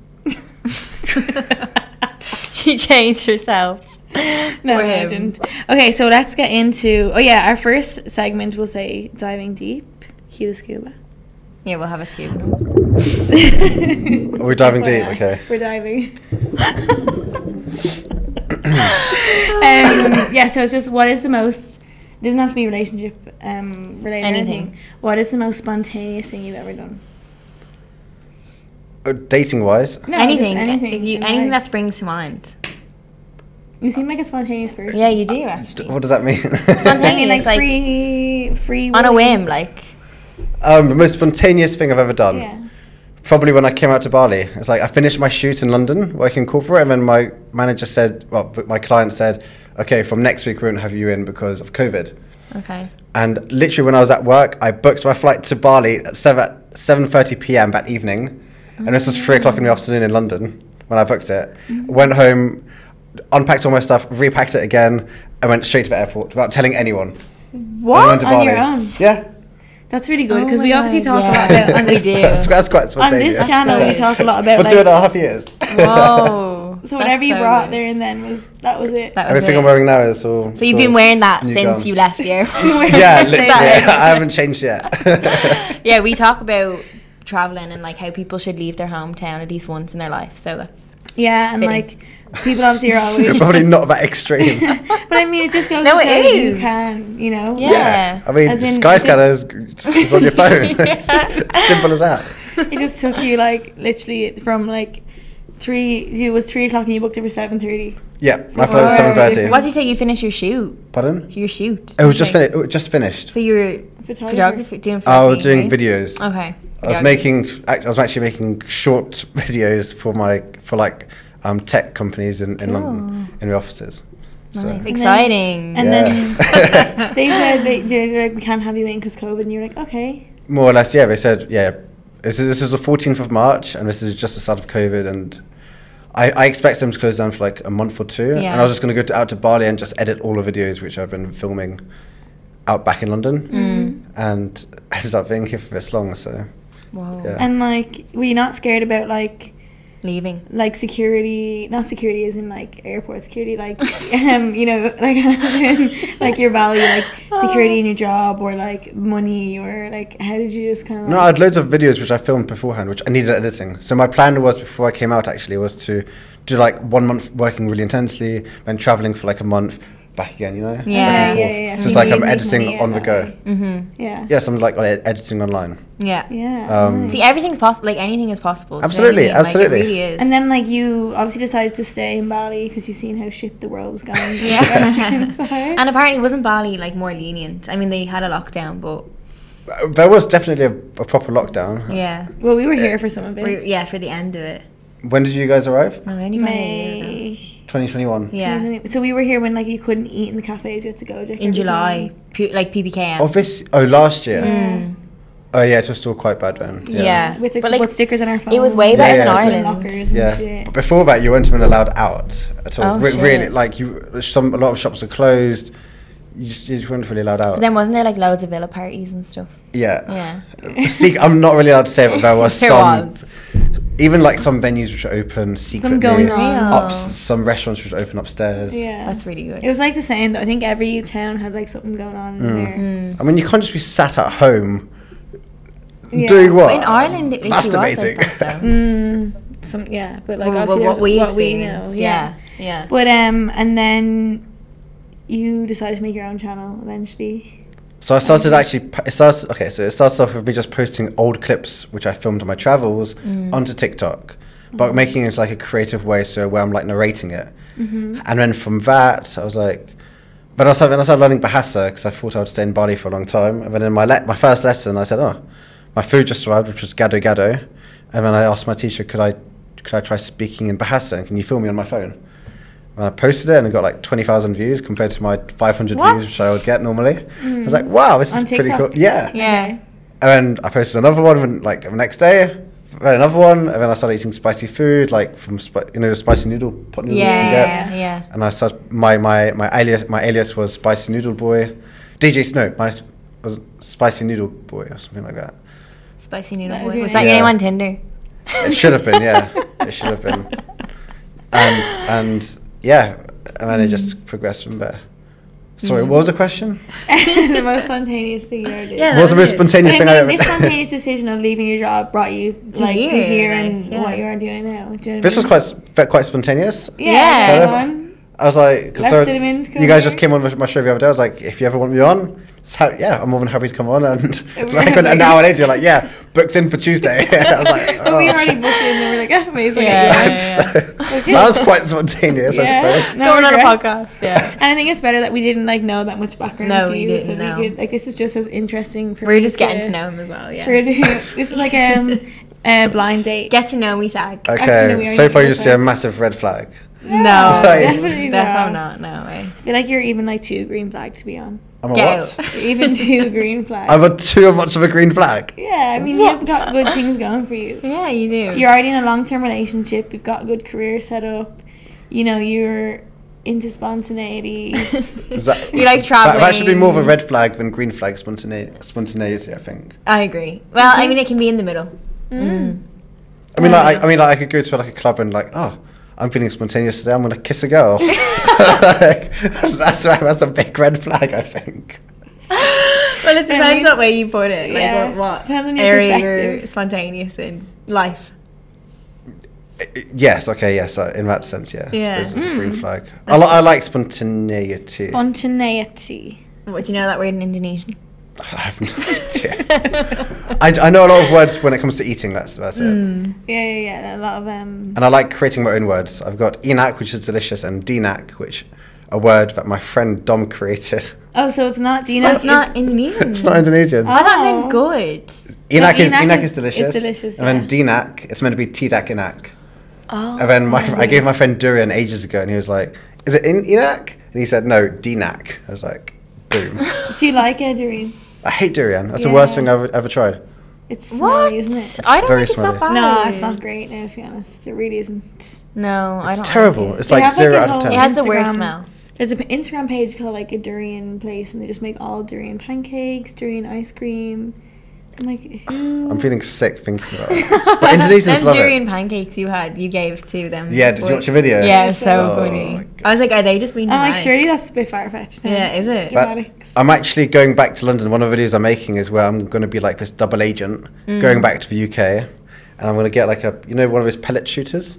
C: *laughs* she changed herself.
A: *laughs* No,
C: For
A: no, I
C: him.
A: didn't. Okay, so let's get into. Oh yeah, our first segment will say diving deep. Cue the scuba.
C: Yeah, we'll have a scoop.
B: We're diving deep.
A: FYI,
B: Okay.
A: We're diving.
B: *laughs*
A: um, yeah, so it's just what is the most. It doesn't have to be relationship um, related. or
C: Anything.
A: What is the most spontaneous thing you've ever done?
B: Uh, Dating wise,
A: No, just
C: anything, anything, if you,
A: in
C: anything
A: life.
C: that springs to mind.
A: you seem like a spontaneous person.
C: Yeah, you do actually.
B: d- what does that mean?
A: I mean, like,
C: Spontaneous, like-
A: free, free.
C: *laughs* On a whim, like
B: *laughs* um, the most spontaneous thing I've ever done.
A: Yeah.
B: Probably when I came out to Bali. It's like I finished my shoot in London, working corporate, and then my manager said, well, my client said, okay, from next week we won't have you in because of COVID.
C: okay.
B: And literally, when I was at work, I booked my flight to Bali at seven seven thirty p.m. that evening, and this was three o'clock in the afternoon in London when I booked it.
A: Mm-hmm.
B: Went home, unpacked all my stuff, repacked it again, and went straight to the airport without telling anyone. And went
A: What
B: to
A: on
B: Bali.
A: your own?
B: Yeah,
A: That's really good
C: Oh
A: because
C: my
A: we obviously
C: God,
A: talk a
C: yeah.
A: lot about on
C: *laughs* We
A: this
C: do.
B: *laughs* that's, that's quite
A: on
B: spontaneous.
A: this channel we
C: nice.
A: talk a lot
B: for
A: about
B: two
A: like,
B: and a half years.
C: *laughs* Whoa.
A: so whatever
C: that's
A: you
C: so
A: brought
C: good.
A: there and then was that was it.
C: That was
B: *laughs* Everything
C: it.
B: I'm wearing now is all.
C: So you've been wearing that
B: new
C: since
B: garments.
C: you left the *laughs*
B: *laughs*
C: airport.
A: *laughs*
B: Yeah,
C: Since
B: literally.
C: that.
B: I haven't changed *laughs* yet.
C: *laughs* yeah, we talk about traveling and like how people should leave their hometown at least once in their life. So that's
A: yeah, and
C: Fitting.
A: like people obviously are
B: *laughs*
A: always.
B: You're
A: *laughs*
B: probably not that extreme.
A: but I mean, it just goes
C: No,
A: to
C: it
A: show that you
C: is.
A: can, you know.
C: Yeah.
B: Yeah. I mean,
A: As in,
B: Sky
A: just-
B: Scanner is, is on
C: *laughs*
B: your phone. *laughs* It's Simple as that.
A: It just
B: *laughs*
A: took you like literally from like three. It was three o'clock and you booked it for seven thirty.
B: Yeah, my phone was
A: Or-
B: seven
C: What
B: thirty.
C: did you say? You finished your shoot?
B: Pardon?
C: Your shoot?
B: It was just
C: Like-
B: finished. Just finished.
C: So you were
A: Photography.
C: photography doing
B: I was
C: photography,
B: Oh, doing
C: right?
B: videos.
C: Okay. Oh,
B: I was making. act- I was actually making short *laughs* videos for my for like um, tech companies in, in London in the offices. So.
C: Nice. Exciting.
A: And
B: Yeah.
A: then *laughs* they
B: *laughs*
A: said they, they were like, "We can't have you in because COVID," and you're like, "Okay."
B: More or less, yeah. They said, yeah, this is, this is the 14th of March, and this is just the start of COVID, and I, I expect them to close down for like a month or two.
C: Yeah.
B: And I was just going to go to, out to Bali and just edit all the videos which I've been filming out back in London,
C: Mm.
A: Mm.
B: and *laughs* ended up being here for this long. So
C: Whoa.
B: Yeah.
A: And like, were you not scared about like?
C: Leaving.
A: like security not security is in like airport
C: *laughs*
A: security like um you know like having, like *laughs* your value like security in your job or like money or like how did you just kind of
B: no, I had loads of videos which I filmed beforehand, which I needed editing. So my plan was before I came out actually was to do like one month working really intensely, then traveling for like a month. Back again, you know, back and
C: Yeah,
A: yeah,
B: forth.
A: yeah.
B: Just
A: So
B: like
A: you
B: I'm
A: make
B: editing
A: money out
B: on the
A: that
B: go.
A: way.
C: Mm-hmm.
A: yeah
B: Yes, I'm like ed- editing online.
C: Yeah.
A: yeah
B: Um,
A: nice.
C: See, everything's possible. Like anything is possible. do you know what
B: Absolutely,
C: I mean? Like,
B: absolutely.
C: it really is.
A: and then like you obviously decided to stay in Bali because you seen how shit the world was
C: *laughs*
A: going *laughs*
C: Yeah.
A: yeah.
C: *laughs* and apparently, wasn't Bali like more lenient? I mean, they had a lockdown, but
B: Uh, There was definitely a, a proper lockdown.
C: yeah,
A: well we were here for some of it
C: We're- yeah, for the end of it.
B: When did you guys arrive?
C: No, I only got here a year ago.
A: May.
B: 2021.
C: Yeah.
A: So we were here when like you couldn't eat in the cafes. We had to go to
C: In July, pu- like PBKM.
B: Oh, this, oh, last year.
A: Mm.
B: Oh, yeah, it was still quite bad then.
C: Yeah.
A: With like,
C: But, like,
A: put stickers on our phone.
C: It was way better
B: Yeah,
C: than
B: yeah.
C: Ireland.
A: Lockers and
B: Yeah.
A: shit.
B: But before that, you weren't even allowed out at all.
C: Oh,
B: Re-
C: shit.
B: Really, like you, some a lot of shops are closed. You just, you just weren't really allowed out.
C: But then wasn't there like loads of villa parties and stuff?
B: yeah.
C: Yeah.
B: See, I'm not really allowed to say it, but there was
C: There
B: some,
C: was.
B: even like some venues which are open secretly.
A: going on.
B: Up,
C: Oh.
B: some restaurants which open upstairs.
A: Yeah.
C: That's really good.
A: It was like the same though. I think every town had like something going on
B: Mm.
A: in there.
C: Mm.
B: I mean, you can't just be sat at home
A: Yeah.
B: doing what?
C: But in Ireland, it literally was like
B: *laughs*
C: that, though.
A: Mm, some yeah, but like
C: Well,
A: obviously
C: well,
A: there's
C: what we
A: what we know.
C: experienced,
A: Yeah.
C: yeah. yeah.
A: But um, and then you decided to make your own channel eventually. *laughs*
B: So I started actually. p- It starts okay. So it starts off with me just posting old clips which I filmed on my travels onto TikTok, but making it into, like a creative way, so where I'm like narrating it. And then from that, I was like, but I started, then I started learning Bahasa because I thought I would stay in Bali for a long time. And then in my le- my first lesson, I said, oh, my food just arrived, which was gado gado, and then I asked my teacher, could I could I try speaking in Bahasa? And can you film me on my phone? And I posted it and it got like 20,000 views compared to my 500
C: What?
B: views, which I would get normally. I was like, wow, this
A: Mm. On
B: is pretty
A: TikTok?
B: cool. Yeah.
C: yeah.
B: And then I posted another one and, like the next day, then another one, and then I started eating spicy food, like from, spi- you know, spicy noodle, pot noodles you can get.
C: Yeah, yeah.
B: And I started, my, my, my alias my alias was Spicy Noodle Boy. DJ Snow, my s- was Spicy Noodle Boy or something like that.
C: Spicy noodle
A: That
C: boy.
A: was
C: Was
A: your
C: that
B: name.
C: your name
B: Yeah.
C: on Tinder?
B: It should have
C: *laughs*
B: been, yeah. It should have been.
A: *laughs*
B: And, uh, and yeah, and then it
A: Mm.
B: just progressed from there. Sorry, what was the
A: *laughs*
B: question?
A: the most spontaneous thing you ever did.
C: Yeah,
B: What was the
C: that was
B: most
C: it.
B: spontaneous
A: But
B: thing
A: I mean,
B: I *laughs*
A: this
B: ever
A: spontaneous decision of leaving your job brought you like to
C: here,
A: here
C: like,
A: and
C: yeah.
A: what you are doing now. Do you know what I
B: This was
A: mean?
B: quite s- fe- quite spontaneous.
A: yeah,
C: Yeah.
A: yeah.
B: Kind of. I was like, 'cause
A: Left
B: so
A: cinnamon to come
B: you guys
A: here.
B: just came on my- my show the other day. I was like, if you ever want me on, just ha- yeah, I'm more than happy to come on.
A: *laughs*
B: And like an, an hour later, you're like, yeah, booked in for Tuesday. *laughs* I was like,
A: *laughs* But we
B: oh,
A: already
B: shit.
A: booked it and we were like, oh, may as well
C: Yeah,
A: get you on.
C: yeah,
B: *laughs* So, that was quite spontaneous, I suppose.
A: No
C: Going on a
A: regrets.
C: podcast. Yeah.
A: And I think it's better that we didn't like know that much background.
C: No,
A: to
C: we
A: you,
C: didn't,
A: So
C: no.
A: we could, like this is just as interesting
C: *laughs*
A: for.
C: We're
A: me
C: just getting to know him as well. Yeah.
A: For *laughs* this is like um, a blind date.
C: Get to know me tag.
A: Actually, we
B: Okay,
A: already
B: so far
A: did
B: you
A: that.
B: see a massive red flag. *laughs*
C: No,
B: Sorry.
A: Definitely
C: definitely not.
A: not.
C: No way.
A: I feel like you're even like two green flag to be on.
B: I'm a
C: Go. *laughs*
B: what?
A: You're even two green flags.
B: I'm a too much of a green flag.
A: yeah, I mean
C: What?
A: you've got good things going for you.
C: Yeah, you do. *laughs*
A: You're already in a long term relationship. You've got a good career set up. You know you're into
C: *laughs*
A: spontaneity.
B: Is that-
C: You like
B: That, that should be more of a
C: traveling.
B: red flag than green flag spontane- spontaneity, I think.
C: I agree. Well, I mean, it can be in the middle. Mm.
B: I mean, like, I, I mean, like, I could go to like a club and like, oh, I'm feeling spontaneous today. I'm gonna kiss a girl.
A: *laughs*
C: Mm.
B: like, *laughs* that's, that's that's a big red flag, I think.
C: *laughs* Well, it depends
A: mean-
C: what way you put it. Like
A: Yeah.
C: what, what
A: Depends on your
C: area you're
A: perspective.
C: spontaneous in life.
B: I- I- Yes, okay, yes, uh, in that sense, yes.
C: Yeah.
B: It's
A: Hmm.
B: a green flag. I, li- I like spontaneity.
A: Spontaneity.
C: What do you know that word in Indonesian?
B: *laughs*
C: *laughs*
B: I have no idea. *laughs* I, I know a lot of words when it comes to eating. That's that's it.
A: Yeah, yeah, yeah. A lot of um.
B: And I like creating my own words. I've got enak, which is delicious, and dnak, which a word that my friend Dom created. *laughs*
A: Oh, so it's not. Do you know? Oh.
C: That's not Indonesian.
B: it's not Indonesian.
C: I thought it meant good.
B: Enak,
A: No,
B: is,
A: Hmm. Uh, Enak
B: Enak
A: is-
B: is, delicious.
A: it's delicious,
B: And then Dnak, it's meant to be Tdak Enak.
C: Oh.
B: And then my, I gave my friend durian ages ago, and he was like, "Is it in Enak?" And he said, "No, Dnak." I was like, "Boom!"
A: Do you like it, Doreen?
B: I hate durian. That's the worst
A: Yeah.
B: thing I've ever- ever tried.
A: It's
C: What?
A: smelly, isn't it?
C: I don't
B: very
C: think it's that bad.
B: smelly.
A: No, it's not great. No, to be honest, it really isn't.
C: No, I
B: It's
C: don't.
B: terrible.
C: Like
B: It's
A: They
B: like
A: have, like,
B: zero
A: a
B: out of
A: whole-
B: ten.
C: it. it has the worst
A: Instagram. *laughs*
C: smell.
A: There's an Instagram page called like a durian place, and they just make all durian pancakes, durian ice cream.
B: *sighs*
A: I'm like, who?
B: I'm feeling sick thinking about it. But Indonesians
C: Them
B: love
C: durian
B: it.
C: pancakes you had, you gave to them.
B: Yeah, did you
C: boy-
B: watch the video?
C: Yeah, it was so
B: Oh, my
C: funny.
B: God.
C: I was like, are they just being?
A: I'm like,
C: dramatic?
A: surely that's a bit far fetched.
C: Yeah, is it?
B: But *laughs*
A: Dramatics.
B: I'm actually going back to London. One of the videos I'm making is where I'm going to be like this double agent,
A: Mm.
B: going back to the UK, and I'm going to get like a you know one of those pellet shooters.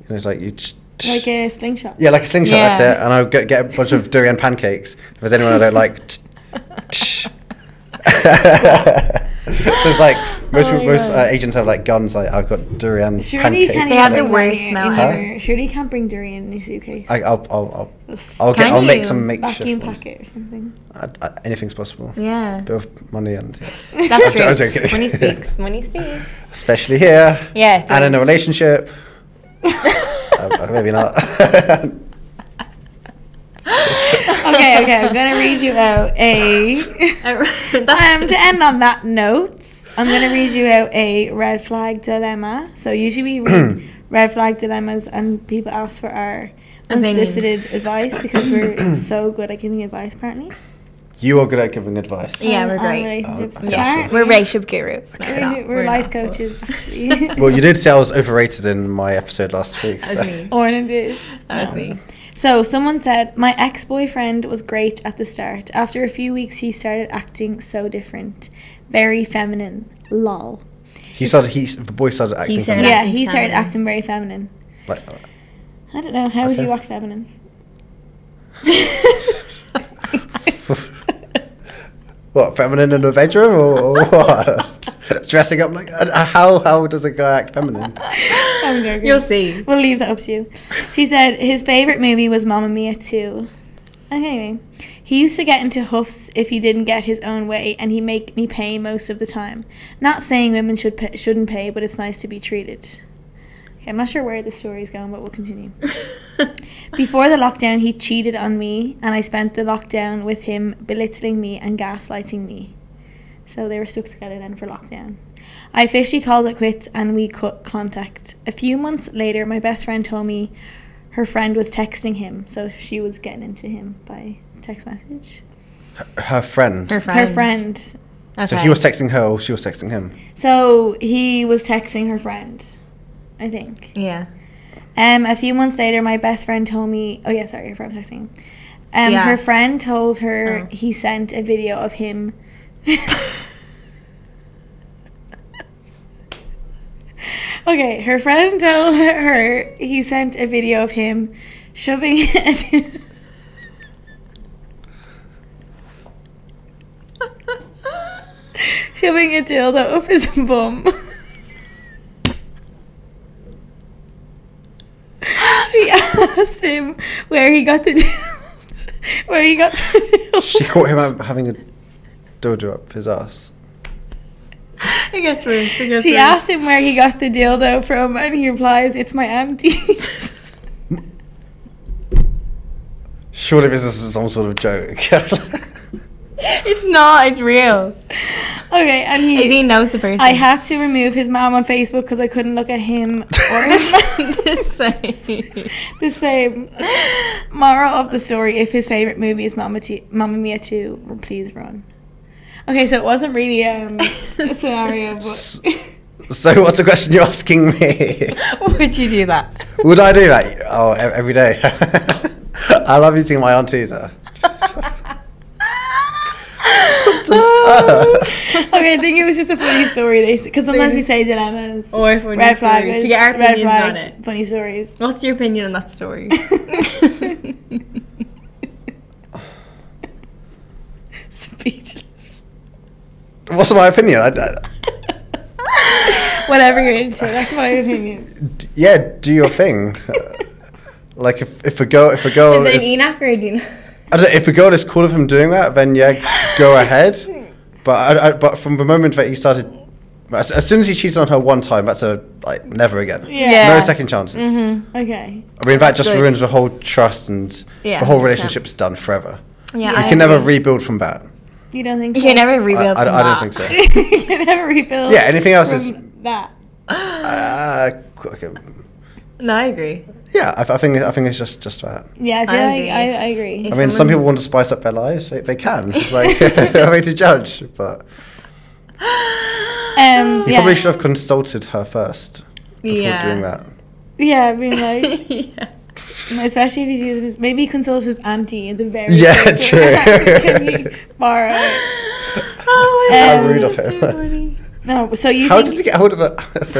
B: You know, it's like you. Just,
A: *laughs* like a slingshot.
B: Yeah, like a slingshot, that's
C: Yeah.
B: it. And I'll get, get a bunch of durian pancakes. If there's anyone I don't
A: *laughs*
B: like, t- t- so it's like most
C: Oh my
B: most uh,
C: God.
B: agents have like guns. Like I've got durian
A: Surely you
B: pancakes.
A: can't.
C: They
A: even
C: have the
A: bring
C: worst
A: durian
C: smell
A: in
B: ever.
A: your- Surely you can't bring durian in your suitcase.
B: I, I'll I'll I'll,
A: Just
B: I'll get
C: Can
B: I'll make
C: you?
B: some makeshift.
A: vacuum
B: ones.
A: packet or something. *laughs*
B: I, I, anything's possible.
C: Yeah,
B: Bit of money and yeah.
C: that's
B: *laughs* I'm
C: true.
B: joking.
C: Money speaks. Money speaks.
B: especially here
C: Yeah. it
B: and in a
C: does.
B: relationship. *laughs* Uh, maybe not.
A: okay, okay, I'm gonna
C: *laughs*
A: read you
B: *laughs*
A: out a. um, to end on that note, I'm going to read you out a red flag dilemma. So
B: *clears throat*
A: usually we read red flag dilemmas and people ask for our
C: Opinion.
A: unsolicited advice because
B: *clears throat*
A: we're so good at giving advice, apparently.
B: you are good at giving advice.
C: Yeah, we're
A: On- on
C: great.
A: relationships.
B: Oh, okay.
C: yeah,
A: Apparently.
C: we're relationship gurus. No,
A: We're,
C: we're, not.
A: we're
C: We're
A: life
C: not, but-
A: coaches, actually.
B: *laughs* Well, you did say I was overrated in my episode last week.
C: That
B: so-
C: was me.
A: Orna did.
C: That was
A: No.
C: *laughs* me.
A: So someone said, My ex boyfriend was great at the start. After a few weeks, he started acting so different. Very feminine. Lol.
B: He started. He the boy started acting.
C: started
B: feminine.
A: yeah,
C: acting
A: he started
C: feminine.
A: acting very feminine.
B: Like, uh,
A: I don't know. How would
B: Okay.
A: you act feminine?
B: what feminine in a bedroom or, or what? Dressing up like uh, how? How does a guy act feminine?
A: I'm joking.
C: You'll *laughs* see.
A: We'll leave that up to you. She said his favorite movie was Mamma Mia 2. Okay, anyway, he used to get into huffs if he didn't get his own way, and he make me pay most of the time. Not saying women should pay, shouldn't pay, but it's nice to be treated. Okay, I'm not sure where this story is going, but we'll continue. Before the lockdown, he cheated on me, and I spent the lockdown with him belittling me and gaslighting me. So they were stuck together then for lockdown. I officially called it quits and we cut contact. A few months later, my best friend told me her friend was texting him, so she was getting into him by text message.
B: Her friend.
C: Her
A: Her
C: friend.
A: friend.
C: Okay.
B: So he was texting her, or she was texting him.
A: So he was texting her friend, I think.
C: yeah.
A: Um, a few months later, my best friend told me. Oh yeah, sorry, from texting. Um,
C: She
A: her
C: asked.
A: friend told her
C: Oh.
A: he sent a video of him. *laughs* okay, her friend told her he sent a video of him shoving. *laughs* it- *laughs* shoving a dildo up his bum. *laughs* she asked him where he got the dildo. *laughs* where he got the dildo.
B: She caught him out having a dildo up his ass.
C: I guess we're.
A: She asked him where he got the dildo from, and he replies, "It's my aunties." *laughs*
B: Surely this is some sort of joke. *laughs*
C: It's not. It's real.
A: okay, and
C: If
A: he.
C: he knows the person.
A: I had to remove his mom on Facebook because I couldn't look at him or his *laughs* mom. the same. Moral of the story: If his favorite movie is Mamma, T- Mamma Mia 2, please run. Okay, so it wasn't really *laughs* um, a scenario, but
B: so what's the question you're asking me?
C: *laughs* Would you do that?
B: Would I do that? Oh, e- every day. *laughs* I love eating my aunties. uh.
A: *laughs* *laughs* okay, I think it was just a funny story. Because sometimes we say dilemmas,
C: *laughs* Or funny
A: red flags,
C: stories, to get our
A: red
C: opinions on
A: flags,
C: it.
A: funny stories. *laughs*
C: What's your opinion on that story?
A: Speechless.
B: What's my opinion? I, I-
A: *laughs* Whatever you're into, that's *laughs* my opinion.
B: d- yeah, do your thing. like if, if a girl if a girl
C: is it
B: is,
C: an Enoch or a Dina?
B: I don't know, if a girl is cool of him doing that, then yeah, go ahead. But I, I, but from the moment that he started, as, as soon as he cheated on her one time, that's a like never again.
A: Yeah.
B: No second chances.
C: Mm-hmm.
A: Okay.
B: I mean, that just
C: Good.
B: ruins the whole trust and
C: Yeah,
B: the whole
C: 100%.
B: relationship's done forever.
C: *laughs* Yeah,
B: you can never rebuild from that.
A: You don't think
C: You
A: so?
C: can never
B: I,
C: rebuild.
B: I-
C: from
B: I
C: that.
B: don't think so.
A: you *laughs* can never rebuild.
B: Yeah, anything else is
A: from that.
B: uh, qu- okay.
C: *laughs* No, I agree.
B: yeah. I, I think I think it's just just that.
A: Yeah, I feel
C: I
A: like
C: agree.
A: I, I agree.
C: If
B: I mean, some
C: someone-
B: people want to spice up their lives. They,
C: *laughs*
B: they can. It's like *laughs* who am I to judge? But
A: *gasps*
C: *gasps*
B: you
A: Um, yeah.
B: probably should have consulted her first before
C: yeah.
B: doing
A: *laughs*
B: that.
A: Yeah, I mean, like,
C: *laughs* yeah.
A: especially if he uses, maybe he consults his auntie at the very
B: Yeah,
A: first
B: *laughs*
A: *laughs*
B: true.
A: can he borrow? it?
B: *laughs*
C: Oh my
A: How
C: god.
A: rude
B: of
C: that's
B: him.
C: so funny.
A: No, so you
B: How
A: think.
B: did he get hold of her? *laughs* of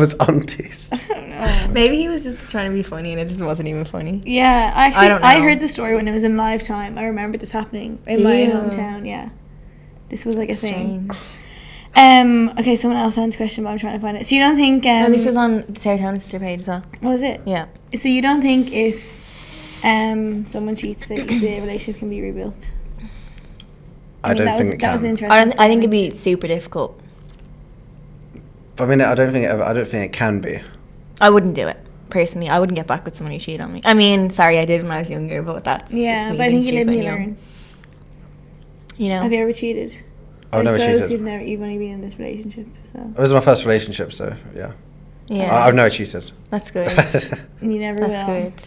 B: his aunties.
A: *laughs* I don't know.
C: Maybe he was just trying to be funny and it just wasn't even funny.
A: Yeah, actually, I,
C: don't know.
A: heard the story when it was in live time. I remember this happening in my
C: Yeah.
A: hometown. Yeah, this was like a thing. Um. Okay, someone else had a question, but I'm trying to find it. So you don't think? Um,
C: Oh, this was on the Serotonin Sister page as well.
A: what was it?
C: Yeah.
A: So you don't think if um someone cheats, that the relationship can be rebuilt?
B: I, don't
A: that
B: think
A: was,
B: it
A: that was an
B: can.
A: interesting.
C: I, don't, I think it'd be
A: statement.
C: super difficult.
B: I mean, I don't think it ever, I don't think it can be.
C: I wouldn't do it. personally, I wouldn't get back with someone who cheated on me. I mean, sorry, I did when I was younger, but that's just
A: Yeah,
C: me
A: but I
C: being
A: think you
C: stupid
A: live and
C: and
A: you
C: young,
A: learn.
C: You know,
A: Have you ever cheated?
B: I've
A: I
B: never
A: suppose
B: cheated.
A: You've never. You've only been in this relationship, so
B: It was my first relationship, so yeah.
C: yeah,
B: I, I've never cheated.
C: that's
B: *laughs*
C: good. That's
B: I
A: you never will.
C: good.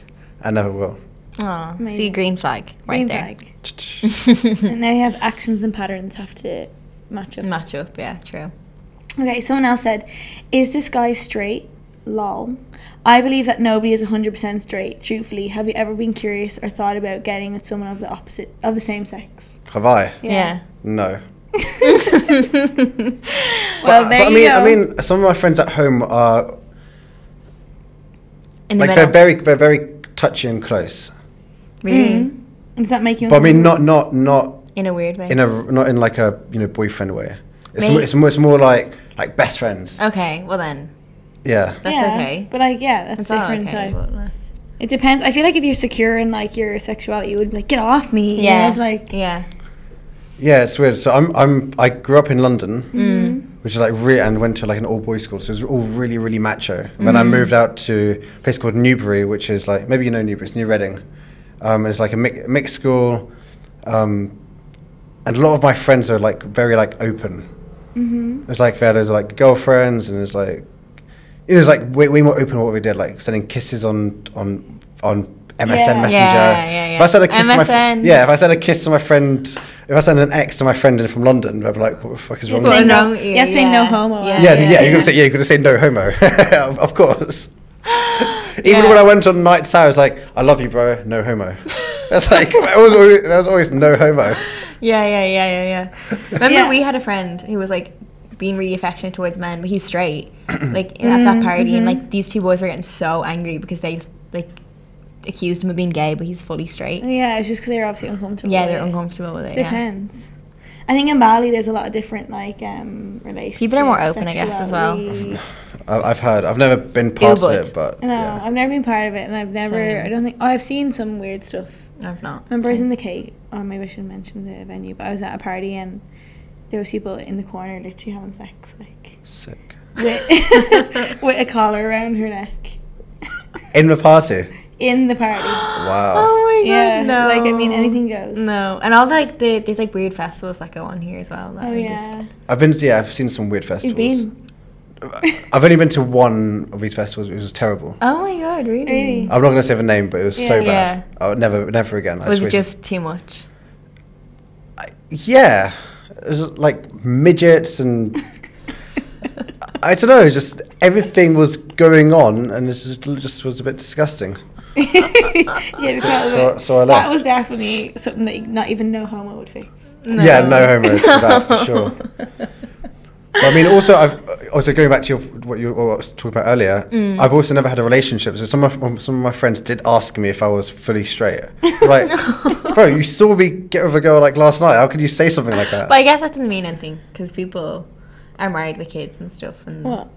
B: never
A: *laughs*
B: will.
C: Oh, see,
A: Amazing.
C: green flag right
A: Green
C: there.
A: flag.
C: *laughs*
A: And now you have actions and patterns have to match up.
C: Match up, yeah, true.
A: Okay, someone else said, Is this guy straight? Lol. I believe that nobody is 100% straight. Truthfully, have you ever been curious or thought about getting with someone of the opposite, of the same sex?
B: Have I?
A: *laughs*
C: Yeah.
B: No.
C: well,
B: but,
C: there
B: but
C: you go.
B: I mean, I mean, some of my friends at home are
C: in the middle.
B: like they're very, they're very touchy and close.
C: really,
A: Mm. Does that make you
B: But I mean, not, not, not
C: in a weird way.
B: in a, not in like a you know boyfriend way. It's,
C: Mate.
B: more, it's more, it's more like like best friends.
C: okay, well then,
B: Yeah.
C: that's
A: Yeah,
C: okay.
A: But like, yeah, that's,
C: That's all
A: different
C: okay,
A: type.
C: but, uh,
A: It depends. I feel like if you're secure in like your sexuality, you would be like, get off me. you
C: Yeah,
A: know, like,
C: yeah,
B: Yeah, it's weird. So I'm, I'm, I grew up in London,
A: Mm-hmm.
C: Mm.
B: which is like re and went to like an all boys school, so it was all really, really macho. And Then I moved out to a place called Newbury, which is like maybe you know Newbury, it's New Reading, um, and it's like a mi- mixed school, um, and a lot of my friends are like very like open. Mm-hmm. It's like they had those like girlfriends, and it's like it was like way, way more open what we did, like sending kisses on on on. MSN
A: Yeah.
B: Messenger.
C: Yeah, yeah, yeah.
B: If I sent a kiss to my fr-
C: MSN.
B: yeah, if I send a kiss to my friend, if I send an ex to my friend in- from London, they'll be like, what the fuck is wrong with
A: Say
B: you?
A: no- yeah, say no homo, right?
B: Yeah, yeah, you're
A: yeah, yeah.
C: *laughs*
B: gonna say yeah, you're gonna say no homo, *laughs* of of course. Even
C: Yeah.
B: when I went on nights out, I was like, I love you, bro, no homo. That's like that was always, that was always no homo.
C: Yeah, yeah, yeah, yeah, yeah. Remember,
A: Yeah.
C: we had a friend who was like being really affectionate towards men, but he's
B: *clears throat*
C: straight. like at
A: Mm,
C: that party, and
A: mm-hmm.
C: like these two boys were getting so angry because they like accused him of being gay, but he's fully straight.
A: yeah, it's just because they're obviously uncomfortable.
C: Yeah,
A: with
C: they're
A: it.
C: uncomfortable with it. Yeah.
A: Depends. I think in Bali there's a lot of different like um relationships.
C: People are more open, I guess, as well.
A: sexuality.
B: I, I've heard. I've never been part
C: Ew,
B: of
C: but-
B: it, but
A: No,
B: yeah.
A: I've never been part of it, and I've never.
C: Same.
A: I don't think. Oh, I've seen some weird stuff.
C: I've not.
A: Remember, I was in the cake. Oh, maybe I should mention the venue, but I was at a party and there was people in the corner literally having sex, like
B: sick.
A: with, *laughs* with a collar around her neck
B: In the party.
A: in the party.
B: Wow.
C: *gasps* Oh my god!
A: yeah,
C: no.
A: like I mean, anything goes.
C: No, and all the, like the there's like weird festivals that go on here as well. That
A: Oh
C: are
A: yeah,
C: just-
B: I've been yeah, I've seen some weird festivals.
A: you've
C: *laughs*
A: been
B: *laughs*
A: *laughs*
B: I've only been to one of these festivals, which was terrible.
C: oh my god! Really?
A: really.
B: I'm not gonna say the name, but it was so
A: Yeah.
B: bad. I would never never again. I
C: Was it
B: swear to-
C: just too much?
B: Yeah, it was like midgets
A: *laughs*
B: and I don't know, just everything was going on, and it just, just was a bit disgusting.
A: yeah, it's not
B: So-
A: it.
B: so I
A: that
B: left.
A: was definitely something that not even no homo would fix.
B: Yeah, no homo to that for sure.
C: *laughs*
B: But I mean, also, I've also going back to your, what you what I was talking about earlier.
A: Mm.
B: I've also never had a relationship, so some of my, some of my friends did ask me if I was fully
A: *laughs*
B: straight. Like, *laughs* bro, you saw me get with a girl like last night. How could you say something like that?
C: But I guess that doesn't mean anything because people are married with kids and stuff. And
A: What?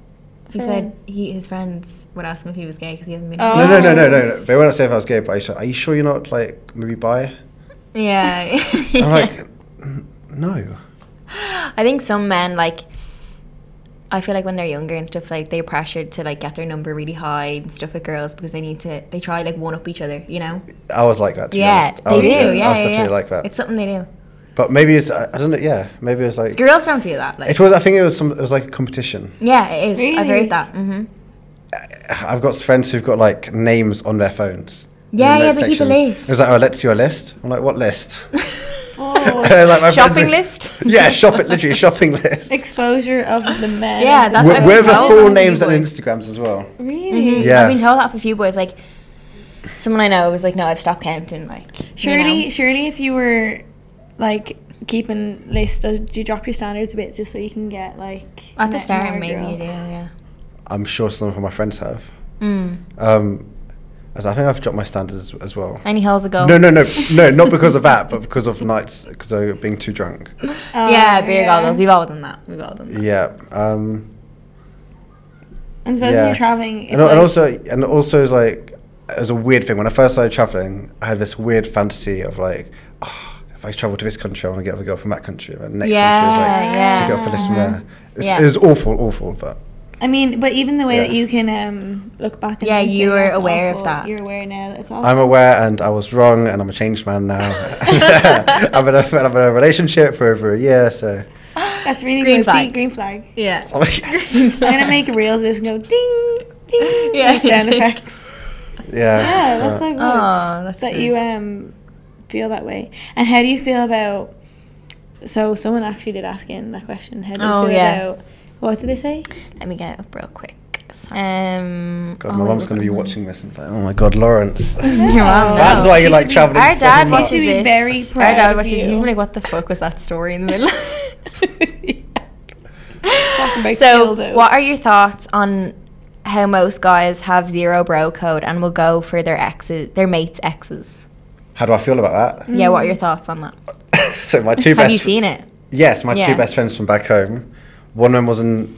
C: he said he his friends would ask him if he was gay because he hasn't been.
A: Oh.
B: no, no, no, no, no, no. They weren't saying if I was gay, but I said, "Are you sure you're not like maybe bi?"
C: Yeah.
B: *laughs* I'm like, "N- no.
C: *laughs* I think some men like. I feel like when they're younger and stuff, like they're pressured to like get their number really high and stuff with girls because they need to. They try like one up each other, you know.
B: I was like that. To be
C: yeah,
B: honest. I
C: they
B: was,
C: do.
B: I
C: Yeah,
B: was
C: yeah,
B: definitely
C: yeah.
B: like that.
C: It's something they do.
B: but maybe it's I, I don't know. Yeah, maybe it's like
C: Girls don't do that. Like,
B: it was. I think it was some. It was like a competition.
C: yeah, it is. I've
A: Really?
C: heard that. hmm
B: I've got friends who've got like names on their phones. In
C: Yeah,
B: the
C: yeah,
B: notes
C: they keep a
B: section.
C: list.
B: It was like, oh, let's see your list. I'm like,
C: *laughs*
B: what list?
A: Oh,
B: *laughs* Like, my friends
C: Shopping
B: are-
C: list.
B: *laughs* Yeah, shop literally shopping list.
A: exposure of
C: *laughs*
A: the men.
C: Yeah,
A: is
C: that's
B: With-
C: what I've
B: with
C: been
B: the
C: told
B: full
C: on the
B: names and
C: keyboard.
B: Instagrams as well.
A: *laughs* really.
B: Yeah.
C: I've been told that for a few boys. Like, someone I know was like, "No, I've stopped counting." Like,
A: Surely,
C: you know.
A: surely, if you were like keeping lists, does- do you drop your standards a bit just so you can get like
C: at the
A: met more
C: start, maybe you
A: girls?
C: do. Yeah.
B: I'm sure some of my friends have.
C: Mm.
B: Um, as I think I've dropped my standards as well.
C: Any holes ago?
B: No, no, no, no, not because of that, but because of nights, because of being too drunk.
A: Oh,
C: yeah, beer
A: yeah.
C: goggles. We've all done that. We've all done that.
B: Yeah. Um,
A: And suppose
B: Yeah.
A: when you're traveling, it's
B: and, al- and
A: like-
B: also and also is like it was a weird thing when I first started traveling. I had this weird fantasy of like, oh, if I travel to this country, I want to get with a girl from that country, and next
C: Yeah,
B: country is like
C: yeah.
B: to get with a list from there. It's,
C: Yeah.
B: It was awful, awful, but
A: I mean, but even the way
B: Yeah.
A: that you can um, look back. And
C: Yeah,
A: then say
C: you were
A: that's
C: aware of
A: awful,
C: that.
A: You're aware now that it's awful.
B: I'm aware, and I was wrong, and I'm a changed man now. *laughs* I've been a, I've been in a relationship for over a year, so *laughs* *gasps*
A: That's really
C: Green
A: good. See,
C: flag.
A: green flag.
C: Yeah.
B: so yes.
A: *laughs* I'm gonna
B: *laughs*
A: make reels of this and go ding
C: *laughs*
A: ding.
C: Yeah,
A: like sound
C: you did.
A: effects.
B: yeah,
A: Yeah, that's
B: uh,
A: how it
C: Aw,
A: works.
C: that's
A: That
C: good.
A: you um feel that way. And how do you feel about? So someone actually did ask in that question. How do you
C: Oh,
A: feel
C: yeah.
A: about? What did they say?
C: Let me get it up real quick. Um,
B: God, my mum's going to be watching this and be like, oh my god, Lawrence. *laughs*
A: *laughs*
C: Your mum.
B: That's why you
A: She
B: like
A: should be-
B: traveling.
C: Our
B: so
C: dad
B: much.
A: watches
C: watches
A: should
C: this.
A: be very
C: Oh. Our
A: proud
C: dad
A: of
C: watches this.
A: you.
C: He's been like, "What the fuck was that story in the middle?"
A: Talking about
C: so,
A: dildos.
C: what are your thoughts on how most guys have zero bro code and will go for their exes, their mates' exes?
B: How do I feel about that?
C: Yeah, what are
A: Mm.
C: your thoughts on that?
B: *laughs* so my two
C: Have
B: best.
C: you seen it?
B: Yes, my
C: Yeah.
B: two best friends from back home. One of them was in.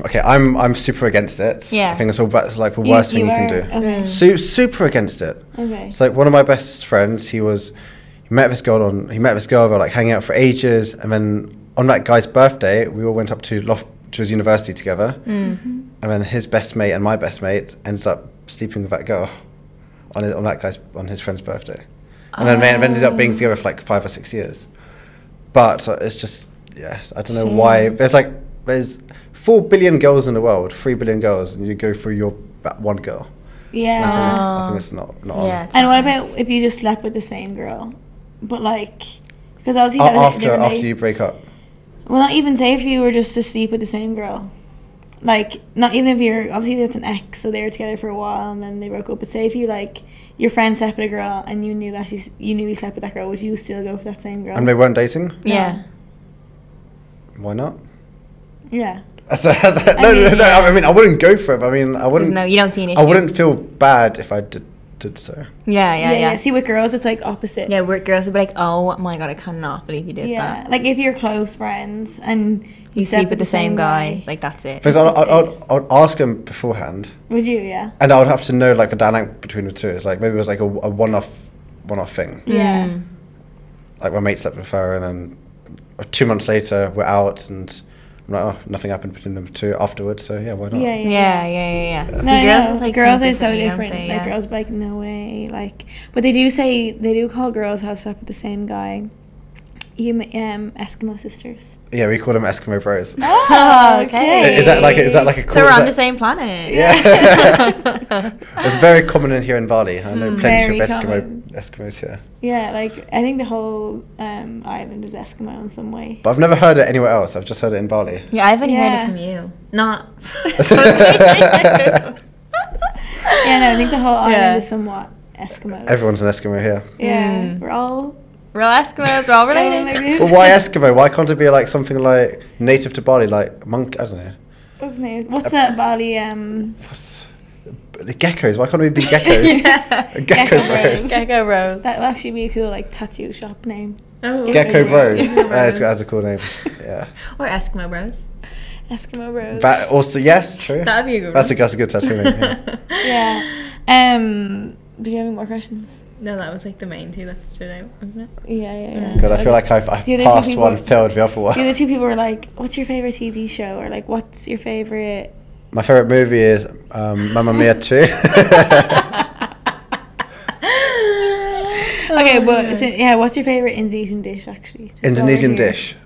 B: Okay, I'm I'm super against it.
C: Yeah.
B: I think it's all about it's like the *laughs* worst thing you can
A: are-
B: do.
A: Okay.
C: Mm.
B: Su- super against it.
A: Okay.
B: So like one of my best friends, he was he met this girl on he met this girl they were like hanging out for ages, and then on that guy's birthday, we all went up to loft to his university together,
A: Mm.
B: and then his best mate and my best mate ended up sleeping with that girl on his, on that guy's on his friend's birthday, and then they ended up being together for like five or six years. But uh, it's just yeah, I don't know why. There's like there's four billion girls in the world, three billion girls, and you go through your that one girl. I think
A: yeah.
B: it's, I think it's not not on.
C: Yeah, it's
A: And
C: not
A: what
C: nice.
A: about if you just slept with the same girl, but like, because obviously
B: A-
A: that was
B: after after you break up.
A: Well, not even say if you were just to sleep with the same girl, like not even if you're obviously that's an ex, so they were together for a while and then they broke up. But say if you like your friend slept with a girl and you knew that she s- you knew he slept with that girl, would you still go for that same girl?
B: And they weren't dating?
C: Yeah.
B: Why not? *laughs*
A: yeah.
B: That's a- that's a-
A: I
B: no,
A: mean,
B: no, no, no.
A: yeah.
B: I mean, I wouldn't go for it. but I mean, I
C: There's
B: wouldn't.
C: no, you don't see an issue.
B: I wouldn't feel bad if I did did so.
C: Yeah, yeah,
A: yeah,
C: yeah. Yeah,
A: See, with girls, it's like opposite.
C: we're girls would be like, "Oh my god, I cannot believe you did
A: Yeah,
C: that."
A: like if you're close friends and you,
C: You sleep with the same guy, like that's it.
B: Because I'd, I'd, I'd, I'd ask him beforehand,
A: would you? Yeah,
B: and I would have to know like the dynamic between the two. It's like maybe it was like a, a one off one off thing.
C: Hmm.
A: yeah.
C: Mm.
B: Like my mate slept with her, and then uh, two months later we're out, and I'm like, oh, nothing happened between them two afterwards. So yeah, why not?
A: yeah, yeah,
C: Yeah, yeah, yeah, yeah. See,
A: No, girls,
C: is, like,
A: girls
C: think
A: are so
C: differently, aren't
A: different.
C: they?
A: Like
C: *laughs*
A: girls, be like no way. Like, but they do say they do call girls who have slept with the same guy. You um Eskimo sisters.
B: Yeah, we call them Eskimo Bros.
A: Oh,
C: okay.
B: Is that like a, is that like a cool?
C: So we're
B: is
C: on
B: that-
C: the same planet.
B: *laughs* Yeah. It's very common in here in Bali. I
C: Mm,
B: know
A: Very
B: plenty of
A: common.
B: Eskimo, Eskimos here.
A: Yeah, like I think the whole um island is Eskimo in some way.
B: But I've never heard it anywhere else. I've just heard it in Bali.
C: *laughs* yeah, I've only
A: Yeah.
C: heard it from you.
B: *laughs*
C: Not.
A: *laughs* Yeah, no, I think the whole island
C: Yeah.
A: is somewhat Eskimo.
B: Everyone's an Eskimo here.
A: Yeah,
C: Mm.
A: we're all
C: We're all Eskimos. We're all
A: related. Like
C: related. *laughs*
A: this.
B: Well, why Eskimo? Why can't it be like something like native to Bali, like monk? I don't know.
A: What's name? What's that Bali um
B: What's the geckos? Why can't we
C: *laughs*
B: be geckos? Gecko,
A: Gecko
B: bros.
A: bros.
C: Gecko Rose.
A: That'll actually be a cool like tattoo shop name.
B: Gecko bros.
C: Oh. Gecko
B: Uh,
C: bros.
B: That's, that's a cool name. Yeah.
C: Or Eskimo Bros.
A: Eskimo Rose.
B: But also, yes, true.
C: That'd be a good
B: That's a
C: one.
B: that's a good tattoo name.
C: *laughs*
B: Yeah.
A: yeah. Um do you have any more questions?
C: No, that was like the main two that stood out, wasn't it?
A: Yeah, yeah, yeah.
B: God, I feel like I've, I've
A: The other two
B: passed
A: people-
B: one, failed the other one.
A: The other two people were like, "What's your favorite TV show?" or like, "What's
B: *laughs*
A: your favorite?"
B: My favorite movie is um, Mamma Mia
C: *laughs*
B: 2.
A: *laughs* Okay,
C: Oh,
A: but so, yeah, what's your favorite Indonesian dish actually? Just while we're
B: *laughs* Indonesian
A: here.
B: dish.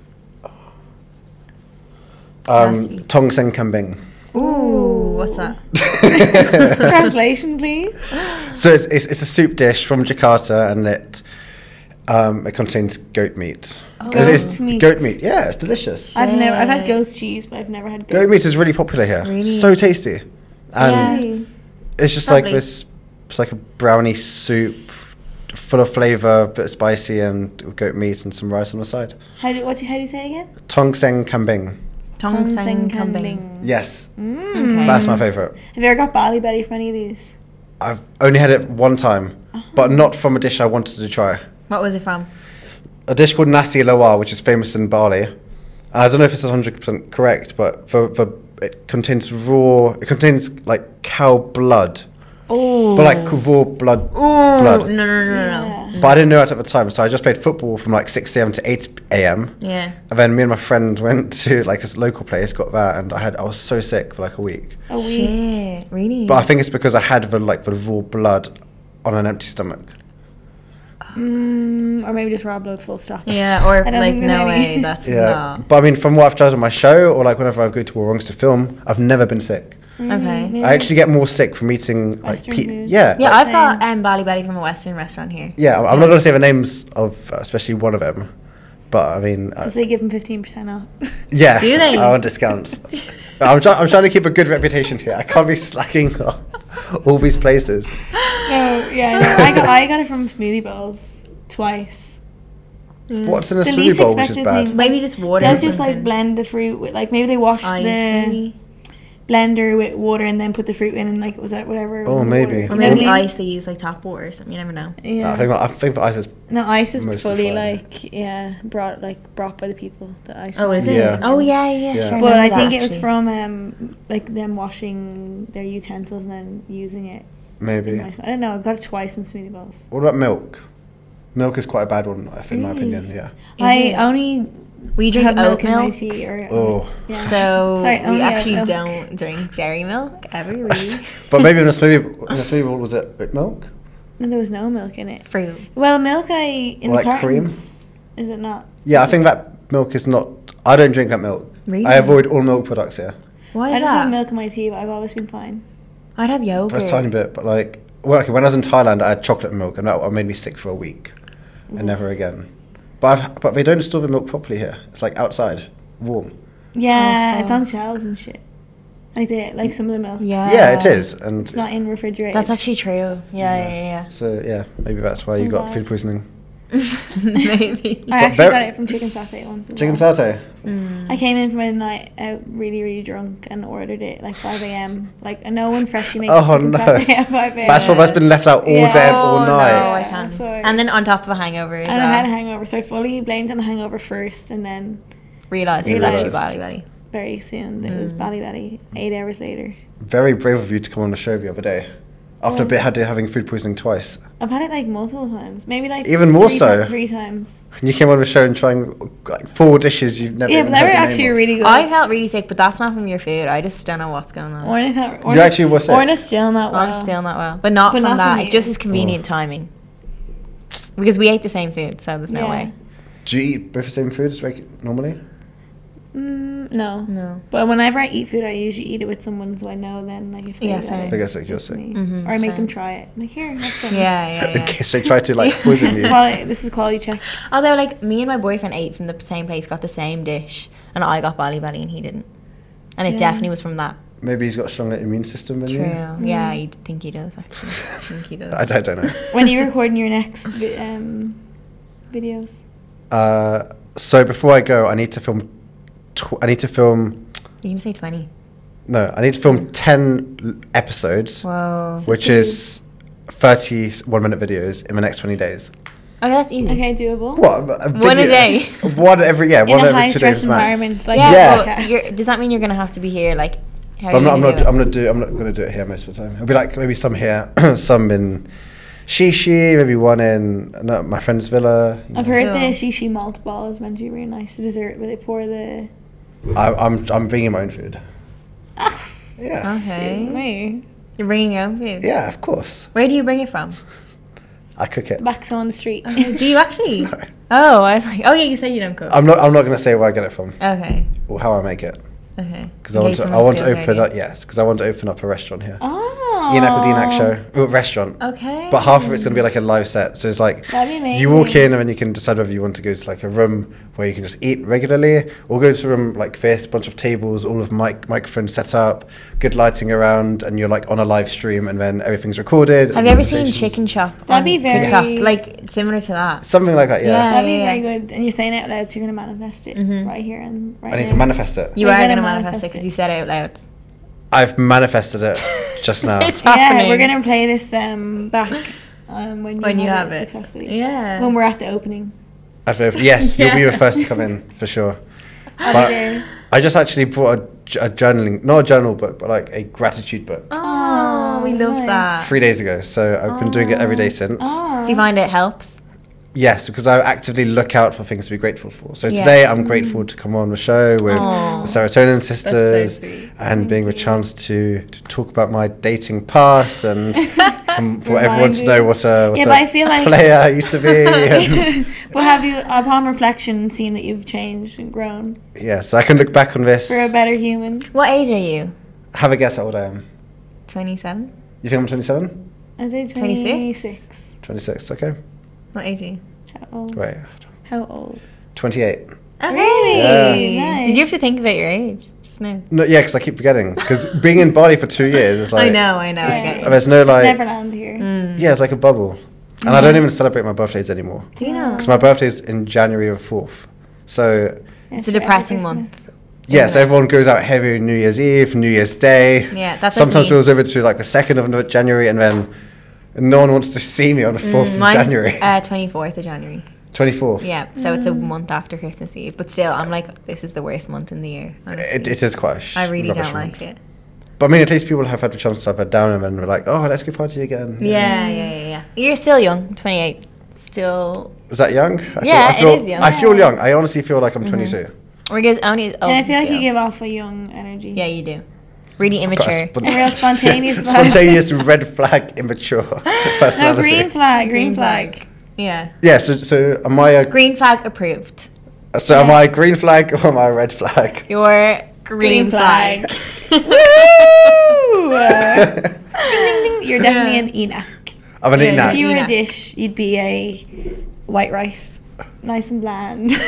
B: Um,
C: Nasty.
B: tong sen kambing.
C: Ooh, what's that?
A: *laughs* Translation, please.
B: So it's, it's, it's a soup dish from Jakarta, and it um, it contains goat meat.
C: Oh,
B: It's- it's
A: Goat meat.
B: Goat meat. Yeah, it's delicious.
A: I've never, I've had
C: Shit.
A: ghost cheese, but I've never had
B: goat
A: goat.
B: meat is really popular here.
C: Really?
B: So tasty, and
C: Yeah.
B: it's just like
C: Lovely.
B: this. It's like a brownie soup, full of flavor, bit spicy, and goat meat and some rice on the side.
A: How do what? Do, how do you say again?
B: Tong sen kambing.
C: Tong Sang Kambing. Hmm.
A: Kambing.
B: Yes,
A: Mm.
C: Okay.
B: that's my favorite.
A: Have you ever got Bali Betty for any of these?
B: I've only had it one time, but not from a dish I wanted to try.
C: What was it from?
B: a dish called nasi lawar, which is famous in Bali. And I don't know if this is 100% correct, but for, for it contains raw, it contains like cow blood,
C: Oh.
B: but like raw blood.
C: Ooh,
B: blood.
C: no, no, no, no.
A: Yeah.
B: But I didn't know it at the time, so I just played football from like 6 a.m. to 8 a.m.
C: Yeah.
B: And then me and my friend *laughs* went to like this local place, got that, and I had I was so sick for like a week.
A: A week.
C: Shit, really?
B: But I think it's because I had the like the raw blood on an empty stomach.
A: Mm, or maybe just raw blood full stop.
C: yeah, or
A: I don't
C: like
A: think there's
C: no
A: any.
C: way.
A: *laughs*
C: That's
B: Yeah. But I mean, from what I've tried on my show or like whenever I go to Warongs to film, I've never been sick.
C: not okay.
A: Mm, maybe.
B: I actually get more sick from eating like
A: Western
B: pe-
A: food.
B: yeah.
C: Yeah,
B: like-
C: I've got um, Bali Bali from a Western restaurant here.
B: *gasps* yeah, I'm not going to say the names of uh, especially one of them, but I mean, uh,
A: Because they give them
C: *laughs*
A: 15% off.
B: yeah,
C: Do
B: *laughs*
C: they?
B: I want discounts. I'm, try- I'm trying to keep a good reputation here. I can't be slacking *laughs* off all these places.
A: no, Oh, yeah, no, I, got, I got it from smoothie bowls twice.
B: What's in a
A: The
B: smoothie
A: least
B: bowl, which is
A: expected
B: bad?
A: thing-
C: Mm. Maybe just water.
A: Let's just like blend the fruit with like maybe they washed the
C: ice,
A: blender with water and then put the fruit in and like it was that whatever. was
B: Oh,
A: in the
B: maybe. Or
A: water.
C: or
A: You know what I
C: maybe
A: mean?
C: ice. They use like top water or something. You never know.
B: I
A: Yeah.
B: think I think the ice is
A: No, ice is
B: Mostly
A: fully
B: fine.
A: like yeah brought like brought by the people. The ice.
C: Oh, is
A: man.
C: it?
B: Yeah.
C: Oh yeah, yeah.
B: Yeah.
C: sure,
B: I
A: But I
C: remember
A: think
C: that,
A: it was
C: actually.
A: from um like them washing their utensils and then using it.
B: maybe.
A: I don't know. I've got it twice from smoothie bowls.
B: What about milk? Milk is quite a bad one, I think, in my opinion. Yeah.
A: I
C: it?
A: only
C: we drink
A: have milk
C: oat
A: in my
C: milk.
A: tea or
B: Oh.
A: yeah.
C: So
A: Sorry,
C: we
A: only oat
C: actually
A: milk.
C: don't drink dairy milk
A: *laughs*
C: ever. Really,
B: *laughs* but maybe in a smoothie, in a smoothie bowl, was it oat milk?
A: No, there was no milk in it.
C: fruit.
A: Well, milk I in
B: Or,
A: the
B: like, cream?
A: cartons. Is it not?
B: Yeah, I think that milk is not. I don't drink that milk.
C: Really?
B: I avoid all milk products here.
C: Why is
A: I just
C: that?
A: have milk in my tea, but I've always been fine.
C: I'd have yogurt.
B: That's a tiny bit, but like, well, okay, when I was in Thailand, I had chocolate milk, and that made me sick for a week, and never again. But I've, but they don't store the milk properly here. It's like outside, warm.
A: Yeah,
C: Oh,
A: it's on shelves and shit. Like they like some of the milk.
C: Yeah.
B: yeah, it is, and
A: It's not in refrigerators.
C: That's actually true. Yeah,
B: *laughs*
C: yeah,
B: so yeah, maybe that's why you
A: Oh,
B: got
A: God.
B: food poisoning.
C: yeah. *laughs* Maybe.
A: I
B: But
A: actually
B: ver-
A: got it from chicken satay once. as
B: Chicken
A: well.
B: satay.
C: mm.
A: I came in from a night out really, really drunk and ordered it like 5 a.m. Like no one freshly makes
B: Oh,
A: chicken
B: no.
A: satay at 5 a.m.
B: That's what that's been left out all
A: Yeah.
B: day and
A: Oh,
B: all
C: oh no,
B: night.
C: I
A: Yeah,
C: can't.
A: sorry.
C: And then on top of a hangover, as
A: And I
C: well.
A: had a hangover, so I fully blamed on the hangover first, and then
C: realized it was
A: Realised.
C: actually body body.
A: very soon it
C: Mm.
A: was bally bally. Eight hours later,
B: Very brave of you to come on the show the other day. After a
A: Oh.
B: bit had having food poisoning twice,
A: I've had it like multiple times, maybe like
B: Even more
A: three
B: so?
A: ti- three times.
B: and you came on the show and trying like four dishes you've never.
A: Yeah,
B: even
A: but they
B: heard
A: were
B: the name
A: actually
B: of.
A: really good.
C: I felt really sick, but that's not from your food. I just don't know what's going on.
A: Orna, felt-
B: You actually were sick.
A: Orna's still not well.
C: I'm still not well, but not
A: But
C: from
A: not
C: that.
A: from
C: it just
A: you.
C: is
B: Mm.
C: convenient timing because we ate the same food, so there's no
A: Yeah.
C: way.
B: Do you eat both the same foods like normally?
A: Mm, no.
C: No.
A: But whenever I eat food, I usually eat it with someone, so I know then, like if they
C: Yeah,
A: like
C: same.
A: it,
B: I guess like you're
A: it's
B: sick.
A: me.
C: Mhm,
A: or I make them
C: same.
A: try it. I'm like here, have some.
C: Yeah,
B: In *laughs*
C: yeah, yeah.
B: case they try to like
A: *laughs*
C: *laughs*
B: poison you.
A: Quality, this is quality check.
C: Although, like me and my boyfriend ate from the same place, got the same dish, and I got bali bali and he didn't, and it
A: Yeah.
C: definitely was from that.
B: Maybe he's got a stronger immune system than
C: True.
B: you.
C: Yeah, I think he does actually. I think he does.
B: *laughs* I, I don't know.
A: Hmm. When are you recording your next vi- um, videos?
B: Uh, so before I go, I need to film. Tw- I need to film.
C: You can say twenty.
B: No, I need to film ten l- episodes,
C: Whoa.
A: So-
B: which is thirty-one minute videos in the next twenty days.
C: Okay, that's easy.
A: Okay, doable.
B: What? A
C: One a
B: video-
C: day.
B: One every yeah.
A: In
B: one
A: a
B: every
A: high
B: two
A: stress
B: days max.
A: environment, like
C: yeah.
B: Yeah.
A: a
C: But
A: podcast.
C: you're, does that mean you're gonna have to be here? Like, how
B: But I'm
C: are
B: not. I'm
C: you
B: not.
C: gonna
B: I'm gonna do. I'm not gonna do it here most of the time. It'll be like maybe some here, *clears throat* some in Shishi, maybe one in no, my friend's villa. you
A: I've
B: know.
A: heard
C: Yeah.
A: the shishi malt ball is meant to be really nice. The dessert where they pour the. *laughs*
B: I, I'm. I'm bringing my own food.
A: Ah,
B: Yes.
C: Okay.
A: excuse me.
C: You're bringing your own food.
B: Yeah, of course.
C: Where do you bring it
B: *laughs*
C: from?
B: I cook it. *laughs*
A: Back on the street.
C: Uh,
A: *laughs*
C: Do you actually?
B: No.
C: Oh, I was like, oh yeah, you said you don't cook.
B: I'm not. I'm not going to say where I get it from
C: okay,
B: or how I make it
C: okay.
B: because I want to. I want to open up. Yes, because I want to open up a restaurant here.
A: oh.
B: Ian Aquadinak show Ooh, restaurant.
C: Okay.
B: But half of it's going to be like a live set, so it's like
A: That'd be
B: you walk
A: amazing.
B: in and then you can decide whether you want to go to like a room where you can just eat regularly, or go to a room like this, bunch of tables, all of mic microphones set up, good lighting around, and you're like on a live stream, and then everything's recorded.
C: Have
B: and
C: you ever seen
B: conversations.
C: Chicken Shop?
A: That'd
C: on
A: be very-
C: TikTok? like similar to that.
B: Something like that, yeah.
C: Yeah.
A: That'd be
C: yeah. Mm-hmm.
A: very good. And you're saying it out loud, so you're going to manifest it right here and right
B: I need
A: now.
B: to manifest it.
C: You
A: We're
C: are
A: gonna
C: gonna manifest it
A: manifest
C: because
A: it.
C: you said it out loud.
B: I've manifested it
C: *laughs*
B: just now.
C: it's
A: Yeah,
C: happening.
A: we're going to play this um, back um, when, you,
C: when you have it.
A: successfully.
C: Yeah.
A: When we're at the opening.
B: I've opened- yes, you'll be
C: Yeah.
B: the first to come in for sure.
A: Other day.
B: I just actually bought a, j- a journaling, not a journal book, but like a gratitude book
C: oh, we love
A: nice.
C: that.
A: Ah.
B: three days ago. So I've been doing it every day since.
A: Oh.
C: Uh-huh. Do you find it helps?
B: Yes, because I actively look out for things to be grateful for. So
C: Yeah.
B: today I'm grateful to come on the show with
C: Aw.
B: the Serotonin Sisters
D: sweet.
B: and being a chance to, to talk about my dating past
A: *laughs*
B: and um, for everyone to know what
A: Reminders.
B: a, what
A: Yeah,
B: a
A: but I feel like-
B: player I used to
A: *laughs*
B: be. And
A: but have you, upon reflection, seen that you've changed and grown?
B: yeah, so I can look back on this.
A: You're a better human.
C: What age are you?
B: Have a guess at what I am.
C: 27?
B: You think I'm 27?
A: I say
C: 26?
A: 26.
B: 26, okay.
C: What age are you?
A: How old?
B: Wait,
A: How old?
B: 28.
C: Okay.
A: Really? Yeah.
C: Did you have to think about your age? Just now.
B: No, yeah, because I keep
C: *laughs*
B: forgetting. Because being in Bali for two years is like. uh,
C: I know, I know. I
A: It's-
C: get you.
B: There's no like.
A: Neverland here.
C: Mm.
B: Yeah, it's like a bubble. And I don't even celebrate my birthdays anymore.
C: Do you know?
B: Because my birthday's in January the 4th. So,
C: It's a depressing month.
B: yeah, so everyone goes out heavy on New Year's Eve, New Year's Day.
C: Yeah, that's like
B: Sometimes
C: me.
B: it goes over to like the 2nd of Nov- January and then no one wants to see me on the 4th of
C: Mm, Mine's,
B: January.
C: Uh, 24th of January.
B: 24th.
C: Yeah, so it's a month after Christmas Eve. But still, I'm like, this is the worst month in the year. Honestly.
B: It, it is quite a sh-
C: I really
B: rubbish
C: don't
B: month.
C: like it.
B: But I mean, at least people have had the chance to have a down and then we're like, oh, let's go party again.
C: Yeah, yeah, yeah, yeah. You're still young, 28. Still,
B: Is that young? I
C: Yeah, Mm-hmm. it
B: I feel,
C: is young.
B: I feel young. I honestly feel like I'm 22.
C: we're just only. oh,
A: And I feel like you
C: still.
A: give off a young energy.
C: Yeah, you do. Really
B: Got a
C: immature.
B: spon-
A: A
B: *laughs*
A: real spontaneous vibe.
B: spontaneous red flag,
C: *laughs*
B: immature *laughs* personality.
A: No, green flag, green, flag.
C: Yeah.
B: Yeah, so, so am I a
C: Green flag approved.
B: so am I a green flag or am I a red flag?
C: Your green,
A: Green
C: flag.
A: flag.
C: *laughs*
A: Woo! You're definitely an Enoch.
B: *laughs* I'm an
C: Uh, Yeah,
B: eat
A: If
B: nat.
A: you were
C: Enoch.
A: a dish, you'd be a white rice, nice and bland. *laughs*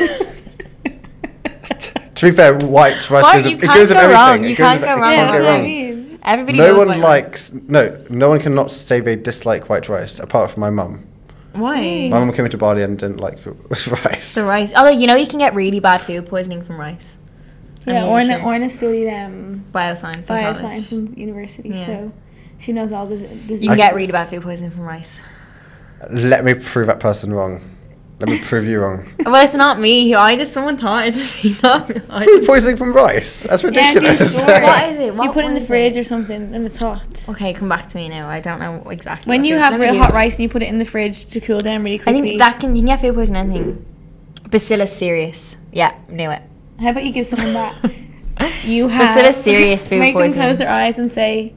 B: To be fair, white rice
C: Why-
B: goes,
C: you
B: it
C: can't
B: goes of
C: go
B: everything.
C: wrong.
B: It
C: You
B: goes
C: can't
B: of-
C: go
B: it
C: wrong with
A: yeah, that's what I
C: rice.
A: mean.
C: Everybody
B: No
C: knows
B: one
C: white rice.
B: likes no no one cannot say they dislike white rice apart from my mum.
C: Why?
B: My mum came to Bali and didn't like *laughs* rice.
C: The rice. Although, you know, you can get really bad food poisoning from rice. I'm
A: Yeah,
C: really
A: Orna,
C: sure.
A: Orna studied um,
C: Bioscience. in college.
A: bioscience in university,
C: Yeah.
A: so she knows all the diseases.
C: You can get really bad food poisoning from rice.
B: Let me prove that person wrong. Let me prove
C: *laughs*
B: you wrong.
C: well, it's not me. I just someone taught it to be not. me. *laughs* I
B: Food
C: didn't-
B: poisoning from rice. That's
A: Yeah, good
C: *laughs*
B: ridiculous. *laughs*
A: story.
C: What is it? What
A: you put it in the
C: was it?
A: fridge or something, and it's hot.
C: okay, come back to me now. I don't know exactly.
A: When
C: what
A: you
C: food-
A: have
C: Let me
A: real
C: do
A: hot
C: that.
A: rice and you put it in the fridge to cool down really
C: I
A: quickly.
C: think that can you can get food poisoning anything. Bacillus cereus. Yeah, knew it.
A: How about you give someone
C: *laughs*
A: that? You have
C: Bacillus cereus food
A: *laughs* Make them
C: poisoning.
A: close their eyes and say,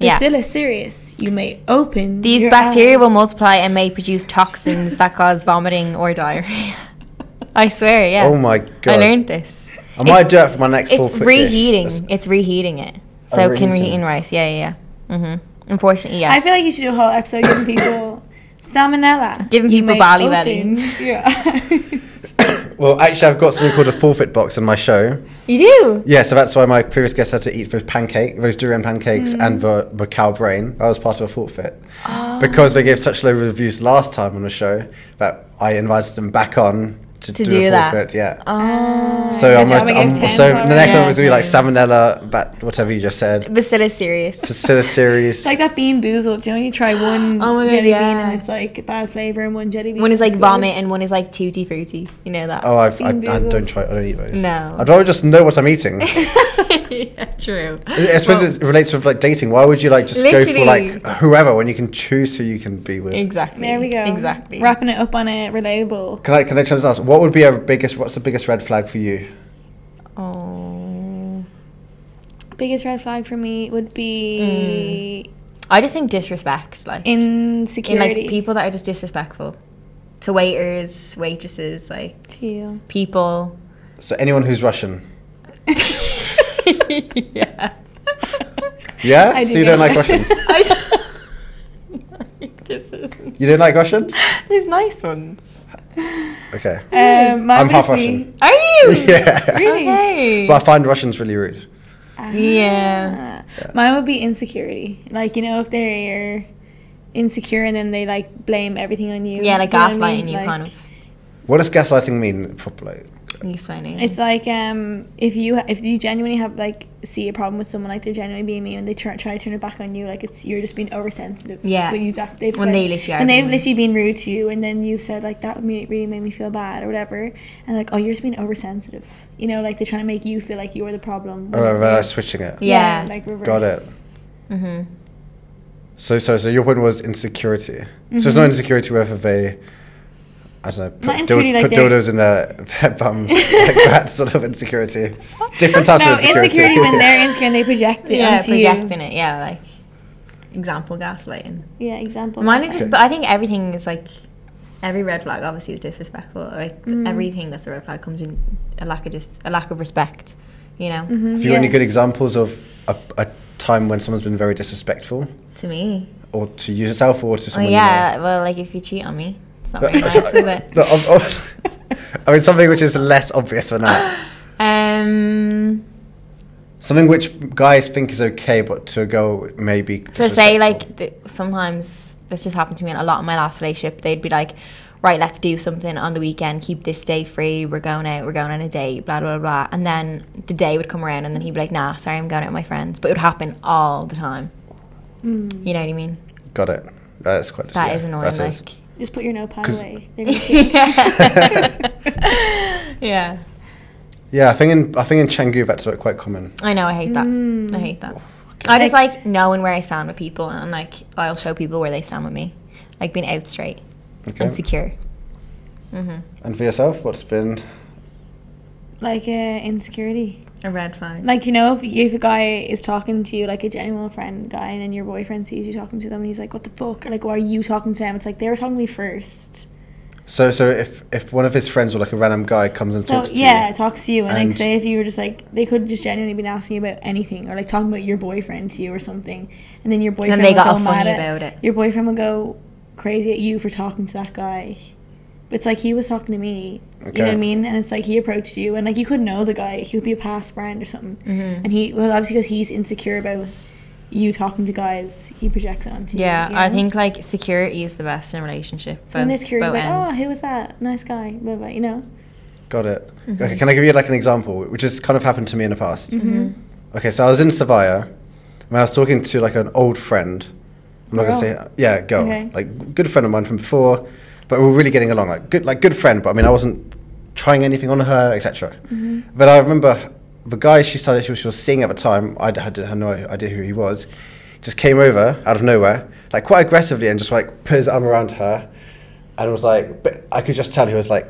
C: Yeah.
A: "Bacillus cereus." You may open
C: These
A: your
C: bacteria
A: eyes." *laughs*
C: will multiply and may produce toxins that cause vomiting or diarrhea. *laughs* I swear, yeah.
B: Oh my
C: I
B: god.
C: learned this.
B: I might do it for my next full
C: It's
B: food dish.
C: reheating.
B: That's-
C: It's reheating it. So
B: Oh,
C: can
B: reheating.
C: reheat in rice. Yeah, yeah, yeah. Mm-hmm. Unfortunately, yes.
A: I feel like you should do a whole episode
C: *coughs*
A: giving people salmonella.
C: Giving
A: You
C: people
A: may
C: Bali
A: open your *laughs* eyes.
B: *coughs* Well, actually, I've got something called a forfeit box in my show.
C: you do.
B: Yeah, so that's why my previous guest had to eat those pancake, those durian pancakes,
C: Mm.
B: and the, the cow brain. That was part of a forfeit
C: Oh.
B: because they gave such low reviews last time on the show that I invited them back on to,
C: To
B: do,
C: do
B: a
C: that.
B: forfeit. Yeah.
A: Ah.
C: Oh.
B: so I'm,
A: good job,
B: gonna-
A: I gave
B: I'm-
A: 10
B: so the next
A: for
B: one was gonna be like
C: it.
B: salmonella, but whatever you just said.
C: Bacillus cereus. *laughs*
B: Priscilla series.
A: it's like that bean boozled. Do you know when
C: *gasps*
A: you try one
C: Oh my God,
A: jelly bean
C: yeah.
A: and it's like bad flavor, and one jelly bean
C: One is like
A: good?
C: vomit and one is like tutti frutti. You know that.
B: oh, I've, I, I
A: Bean
B: don't
A: boozled.
B: try. I don't eat those.
C: No.
B: I'd rather just know what I'm
A: *laughs*
C: *laughs*
B: eating.
C: yeah, true.
B: I suppose it relates with like dating. Why would you like just go for like
C: Literally.
B: whoever when you can choose who you can be with?
C: Exactly.
A: There we go.
C: Exactly.
A: Wrapping it up on a relatable.
B: Can I can I just ask what would be our biggest? What's the biggest red flag for you?
C: Oh.
A: Biggest red flag for me would be
C: I just think disrespect, like Mm. in,
A: insecurity.
C: like people that are just disrespectful to waiters, waitresses, like
A: to you. *laughs*
C: people. *laughs*
B: So anyone who's Russian,
C: yeah.
B: yeah.
A: I do
B: so you don't
A: get
B: like
A: it. *laughs*
B: Russians.
C: I *laughs* this is,
B: You don't like Russians?
C: there's nice ones.
A: *laughs*
B: Okay.
A: Um, mine
B: I'm
A: would
B: half
A: just be-
B: Russian.
C: Are you?
B: *laughs* Yeah.
A: Really?
C: Okay.
B: But I find Russians really rude.
C: Yeah.
A: Ah. Mine would be insecurity. Like, you know, if they're insecure and then they like blame everything on you.
C: yeah, like
A: Do you know what I
C: gaslighting
A: mean?
C: you
A: Like,
C: kind of.
B: What does gaslighting mean properly?
C: He's funny.
A: It's like um, if you if you genuinely have like see a problem with someone, like they're genuinely being mean and they try, try to turn it back on you, like it's you're just being oversensitive.
C: Yeah.
A: But you have they've
C: When
A: said-
C: they literally are
A: when they've
C: being-
A: literally been rude to you, and then you said like that me, really made me feel bad or whatever, and like oh you're just being oversensitive, you know, like they're trying to make you feel like you're the problem.
B: Oh,
A: when-
B: right, right, switching it.
C: yeah.
A: like reverse.
B: Got it.
C: mm-hmm. Mm-hmm.
B: So so so your point was insecurity. So it's not insecurity whether they I don't know,
A: Not
B: put, dil-
A: insecurity like
B: put
A: that.
B: dildos in their, *laughs*
C: *laughs*
B: their bums, like that sort of insecurity. Different types
A: no,
B: of insecurity.
C: *laughs*
A: insecurity when they're insecure and they project it
C: yeah,
A: onto
C: projecting it. Yeah, like example gaslighting.
A: you. Yeah, example.
C: Mine are
B: Okay.
C: just, but I think everything is like every red flag obviously is disrespectful. Like everything that's a red flag comes in a lack of just a lack of respect. You know,
B: Have you got any good examples of a, a time when someone's been very disrespectful,
C: to me.
B: or to you yourself, or to
C: Oh
B: someone? you know?
C: yeah, well, like if you cheat on me, it's not *laughs*
B: But-
C: very nice, is
B: *laughs*
C: it?
B: But of- of- I mean, something which is less obvious for now.
C: *laughs* Um,
B: Something which guys think is okay, but to a girl maybe.
C: to say like th- sometimes this just happened to me in a lot in my last relationship. They'd be like, right, let's do something on the weekend. Keep this day free. We're going out. We're going on a date. Blah blah blah. And then the day would come around, and then he'd be like, nah, sorry, I'm going out with my friends. But it would happen all the time. You know what I mean?
B: got it. That's quite.
C: That
B: Mm. yeah,
C: is annoying.
B: that
C: Like,
B: is.
A: Just put your notepad
B: 'Cause-
A: away. They're gonna see-
C: *laughs* yeah,
B: Yeah, I think in I think in Chengdu that's like quite common.
C: I know. I hate that.
B: Mm.
C: I hate that. I just like knowing where I stand with people, and like I'll show people where they stand with me, like being out straight
B: Okay.
C: and secure.
B: And for yourself, what's been?
A: like uh, insecurity.
C: A red flag.
A: Like you know, if, if a guy is talking to you, like a genuine friend guy, and then your boyfriend sees you talking to them, and he's like, "What the fuck?" Or like, "Why are you talking to them?" It's like they were talking to me first.
B: So so if if one of his friends or like a random guy comes and
A: So
B: talks to
A: yeah,
B: you,
A: talks to you, and,
B: And-
A: like say if you were just like they could just genuinely been asking you about anything, or like talking about your boyfriend to you or something, and then your boyfriend
C: they
A: will
C: got
A: go
C: all funny
A: mad at,
C: about it.
A: Your boyfriend will go crazy at you for talking to that guy. But it's like he was talking to me. You know what
B: Okay.
A: I mean? And it's like he approached you, and like you could know the guy. He would be a past friend or something.
C: Mm-hmm.
A: And he well obviously because he's insecure about you talking to guys, he projects it onto
C: Yeah,
A: you. you
C: I
A: know?
C: think like security is the best in a relationship.
A: So when they're secure, you're
C: both
A: like, oh,
C: ends.
A: who was that? Nice guy. Blah blah. You know.
B: got it.
A: Mm-hmm.
B: Okay, can I give you like an example which has kind of happened to me in the past?
C: Mm-hmm.
B: Okay, so I was in Sevilla, and I was talking to like an old friend. I'm not gonna say
A: Girl.
B: yeah, girl,
A: Okay.
B: like good friend of mine from before, but we were really getting along, like good, like good friend. But I mean, I wasn't trying anything on her, etc.
A: Mm-hmm.
B: But I remember the guy she started, she was, she was seeing at the time. I d- had, had no idea who he was. Just came over out of nowhere, like quite aggressively, and just like put his arm around her, and was like, but I could just tell he was like,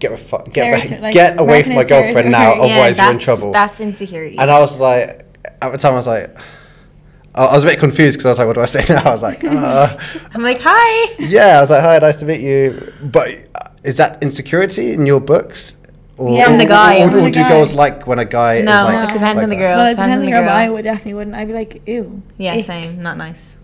B: get the fuck, get,
A: Stereotype-
B: back,
A: like,
B: get away
A: American
B: from my girlfriend now,
A: stereotype. Yeah,
B: otherwise you're in
C: that's-
B: trouble.
C: That's insecurity.
B: And I was like, at the time, I was like, I I was a bit confused because I was like, what do I say now? I was like, uh,
C: I'm like,
A: *laughs*
C: hi.
B: yeah, I was like, hi, nice to meet you. But uh, is that insecurity in your books? Or,
A: Yeah, I'm the
C: guy,
B: Or,
C: I'm
B: or,
A: the
B: do
A: guy.
B: girls like when a guy
C: No,
B: is like.
A: it
C: depends
B: like
C: on the
B: that?
C: girl.
A: well, it
C: depends on
A: depends on
C: the
A: the girl. But
C: girl.
A: I would definitely wouldn't. I'd be like, ew.
C: Yeah,
A: ick.
C: same. Not nice.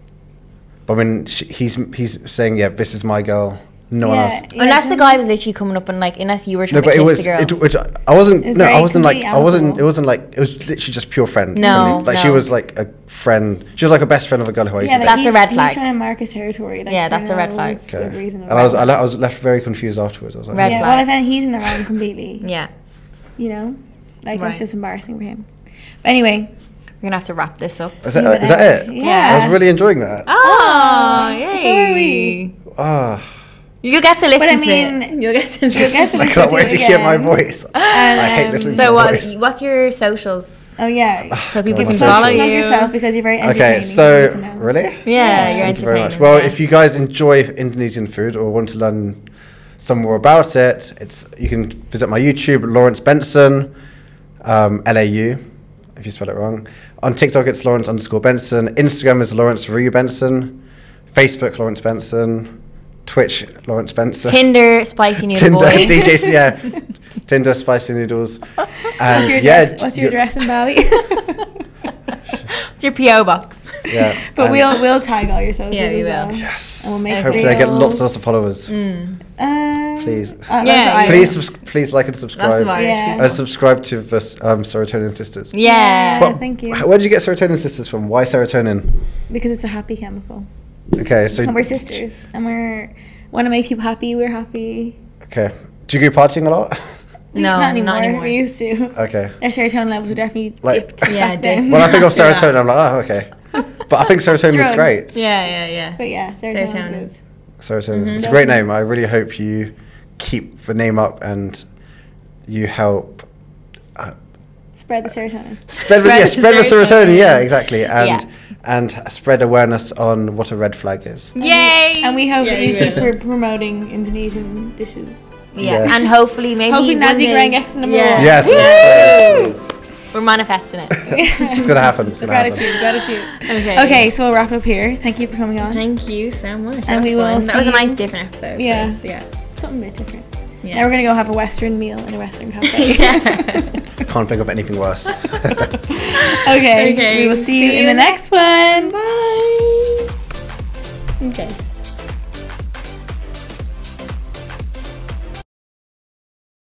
B: But when she, he's, he's saying, yeah, this is my girl, no one
A: Yeah,
B: else.
A: yeah,
C: unless the
A: some-
C: guy was literally coming up and like, unless you were trying
B: No, but
C: to
B: it
C: kiss
B: was
C: the girl.
B: it, which I I wasn't.
A: It's
B: no, I
A: very
B: wasn't like I
A: completely
B: wasn't.
A: amicable.
B: It wasn't like it was literally just pure friend.
C: No,
B: friendly. like she
C: no.
B: was like a friend. She was like a best friend of a girl who I used
A: Yeah,
B: to date.
A: like
C: That's a
A: he's-
C: red
A: he's
C: flag.
A: trying to mark his territory. Like,
C: Yeah,
A: for
C: that's a red
A: no
C: flag.
A: Good reason.
B: And I was, I,
A: why.
B: le- I was left very confused afterwards. I was like,
C: Red
A: yeah,
C: flag.
A: well, if any- he's in the wrong completely,
C: yeah,
A: you know, like
C: Right.
A: it's just embarrassing for him. But anyway,
C: we're gonna have to wrap this up.
B: is that, Uh, is that it?
A: Yeah. Ah.
B: I was really enjoying that.
C: Oh,
A: so are
C: yay!
A: we.
B: Ah,
C: You get to listen
A: But I
C: to
A: mean,
C: it. You'll get to listen.
A: get to
B: *laughs* I
A: listen
B: can't wait
A: it
B: to hear my
A: again. Um,
B: voice. I hate listening
C: so
B: to my
C: what?
B: voice.
C: What's your socials?
B: *laughs*
A: oh yeah,
C: So people
B: God, my
C: can
B: socials.
C: follow
A: plug
C: you.
A: yourself because you're very *laughs* entertaining.
B: Okay,
A: I
B: so
A: need to know.
B: really,
C: Yeah, you're
B: thank you very
C: entertaining.
B: much. Well,
C: yeah.
B: if you guys enjoy Indonesian food or want to learn some more about it, it's you can visit my YouTube, Lawrence Benson, um, LAU, if you spell it wrong. On TikTok, it's Lawrence underscore Benson. Instagram is Lawrence Rue Benson. Facebook, Lawrence Benson. Twitch, Lawrence Benson.
C: Tinder, spicy noodle
B: Tinder,
A: *laughs*
B: *laughs*
C: boy.
B: DJs, yeah. Tinder, spicy noodles. And
A: *laughs* What's your
B: yeah,
A: address? What's your
B: you-
A: address in *laughs* Bali?
B: *laughs*
A: *laughs*
C: It's your PO box.
B: Yeah.
A: but
B: and-
A: we'll we'll tag all your socials.
C: Yeah, we
A: as
C: will.
A: well.
B: Yes.
A: and we'll make
B: Hopefully, I get lots
A: reels.
B: and lots of followers.
A: Mm. Um,
B: Please.
A: uh,
C: Yeah,
A: lots of
B: Please,
A: items.
B: subs- please like and
C: Lots
B: subscribe.
C: of Irish
A: Yeah.
C: people.
B: And subscribe to this, um, Serotonin Sisters.
C: yeah.
A: But- thank you.
B: Where did you get Serotonin Sisters from? Why serotonin?
A: because it's a happy chemical.
B: Okay, so
A: And we're sisters, and we're want to make people happy. We're happy.
B: Okay, do you go partying a lot?
A: We-
C: No,
A: not anymore.
C: not anymore.
A: We used to. *laughs*
B: Okay.
A: Their serotonin levels are definitely
B: Like-
A: dipped.
C: Yeah,
A: back then.
C: dipped.
B: When I think of
C: After that.
B: serotonin, I'm like, oh, okay. But I think serotonin is
A: Drugs.
B: great.
C: Yeah, yeah, yeah.
A: *laughs* But yeah,
C: Serotonin.
A: serotonin. good.
B: Serotonin.
A: Mm-hmm.
B: It's a great name. I really hope you keep the name up and you help uh,
A: Spread the serotonin.
B: spread, the, yeah,
C: Spread the
B: spread the serotonin.
C: serotonin.
B: Yeah, exactly. And and spread awareness on what a red flag is.
C: Yay!
A: And we hope
D: Yeah,
A: that you
D: you
A: keep
D: will.
A: pr- promoting Indonesian dishes. *laughs*
C: yeah,
B: Yes.
C: and hopefully maybe
A: Hopefully
C: one
A: Nazi
C: day-
A: Goreng gets the number
D: Yeah.
A: one.
B: Yes,
C: We're manifesting it.
B: it's gonna happen. It's gonna happen.
A: *laughs* Gratitude, gratitude.
C: Okay.
A: Okay, so we'll wrap up here. Thank you for coming on.
D: Thank you so much.
A: And
D: that was
A: we will
D: fun. That was a
A: see you-
D: nice different episode. for
A: Yeah.
D: us, Yeah.
A: Something a bit different.
D: Yeah.
A: Now we're gonna go have a Western meal in a Western
C: *laughs*
A: cafe.
B: Can't think of anything worse.
A: okay,
D: Okay,
A: We will see, you
D: see
A: in
D: you
A: the next one.
D: Bye. Okay.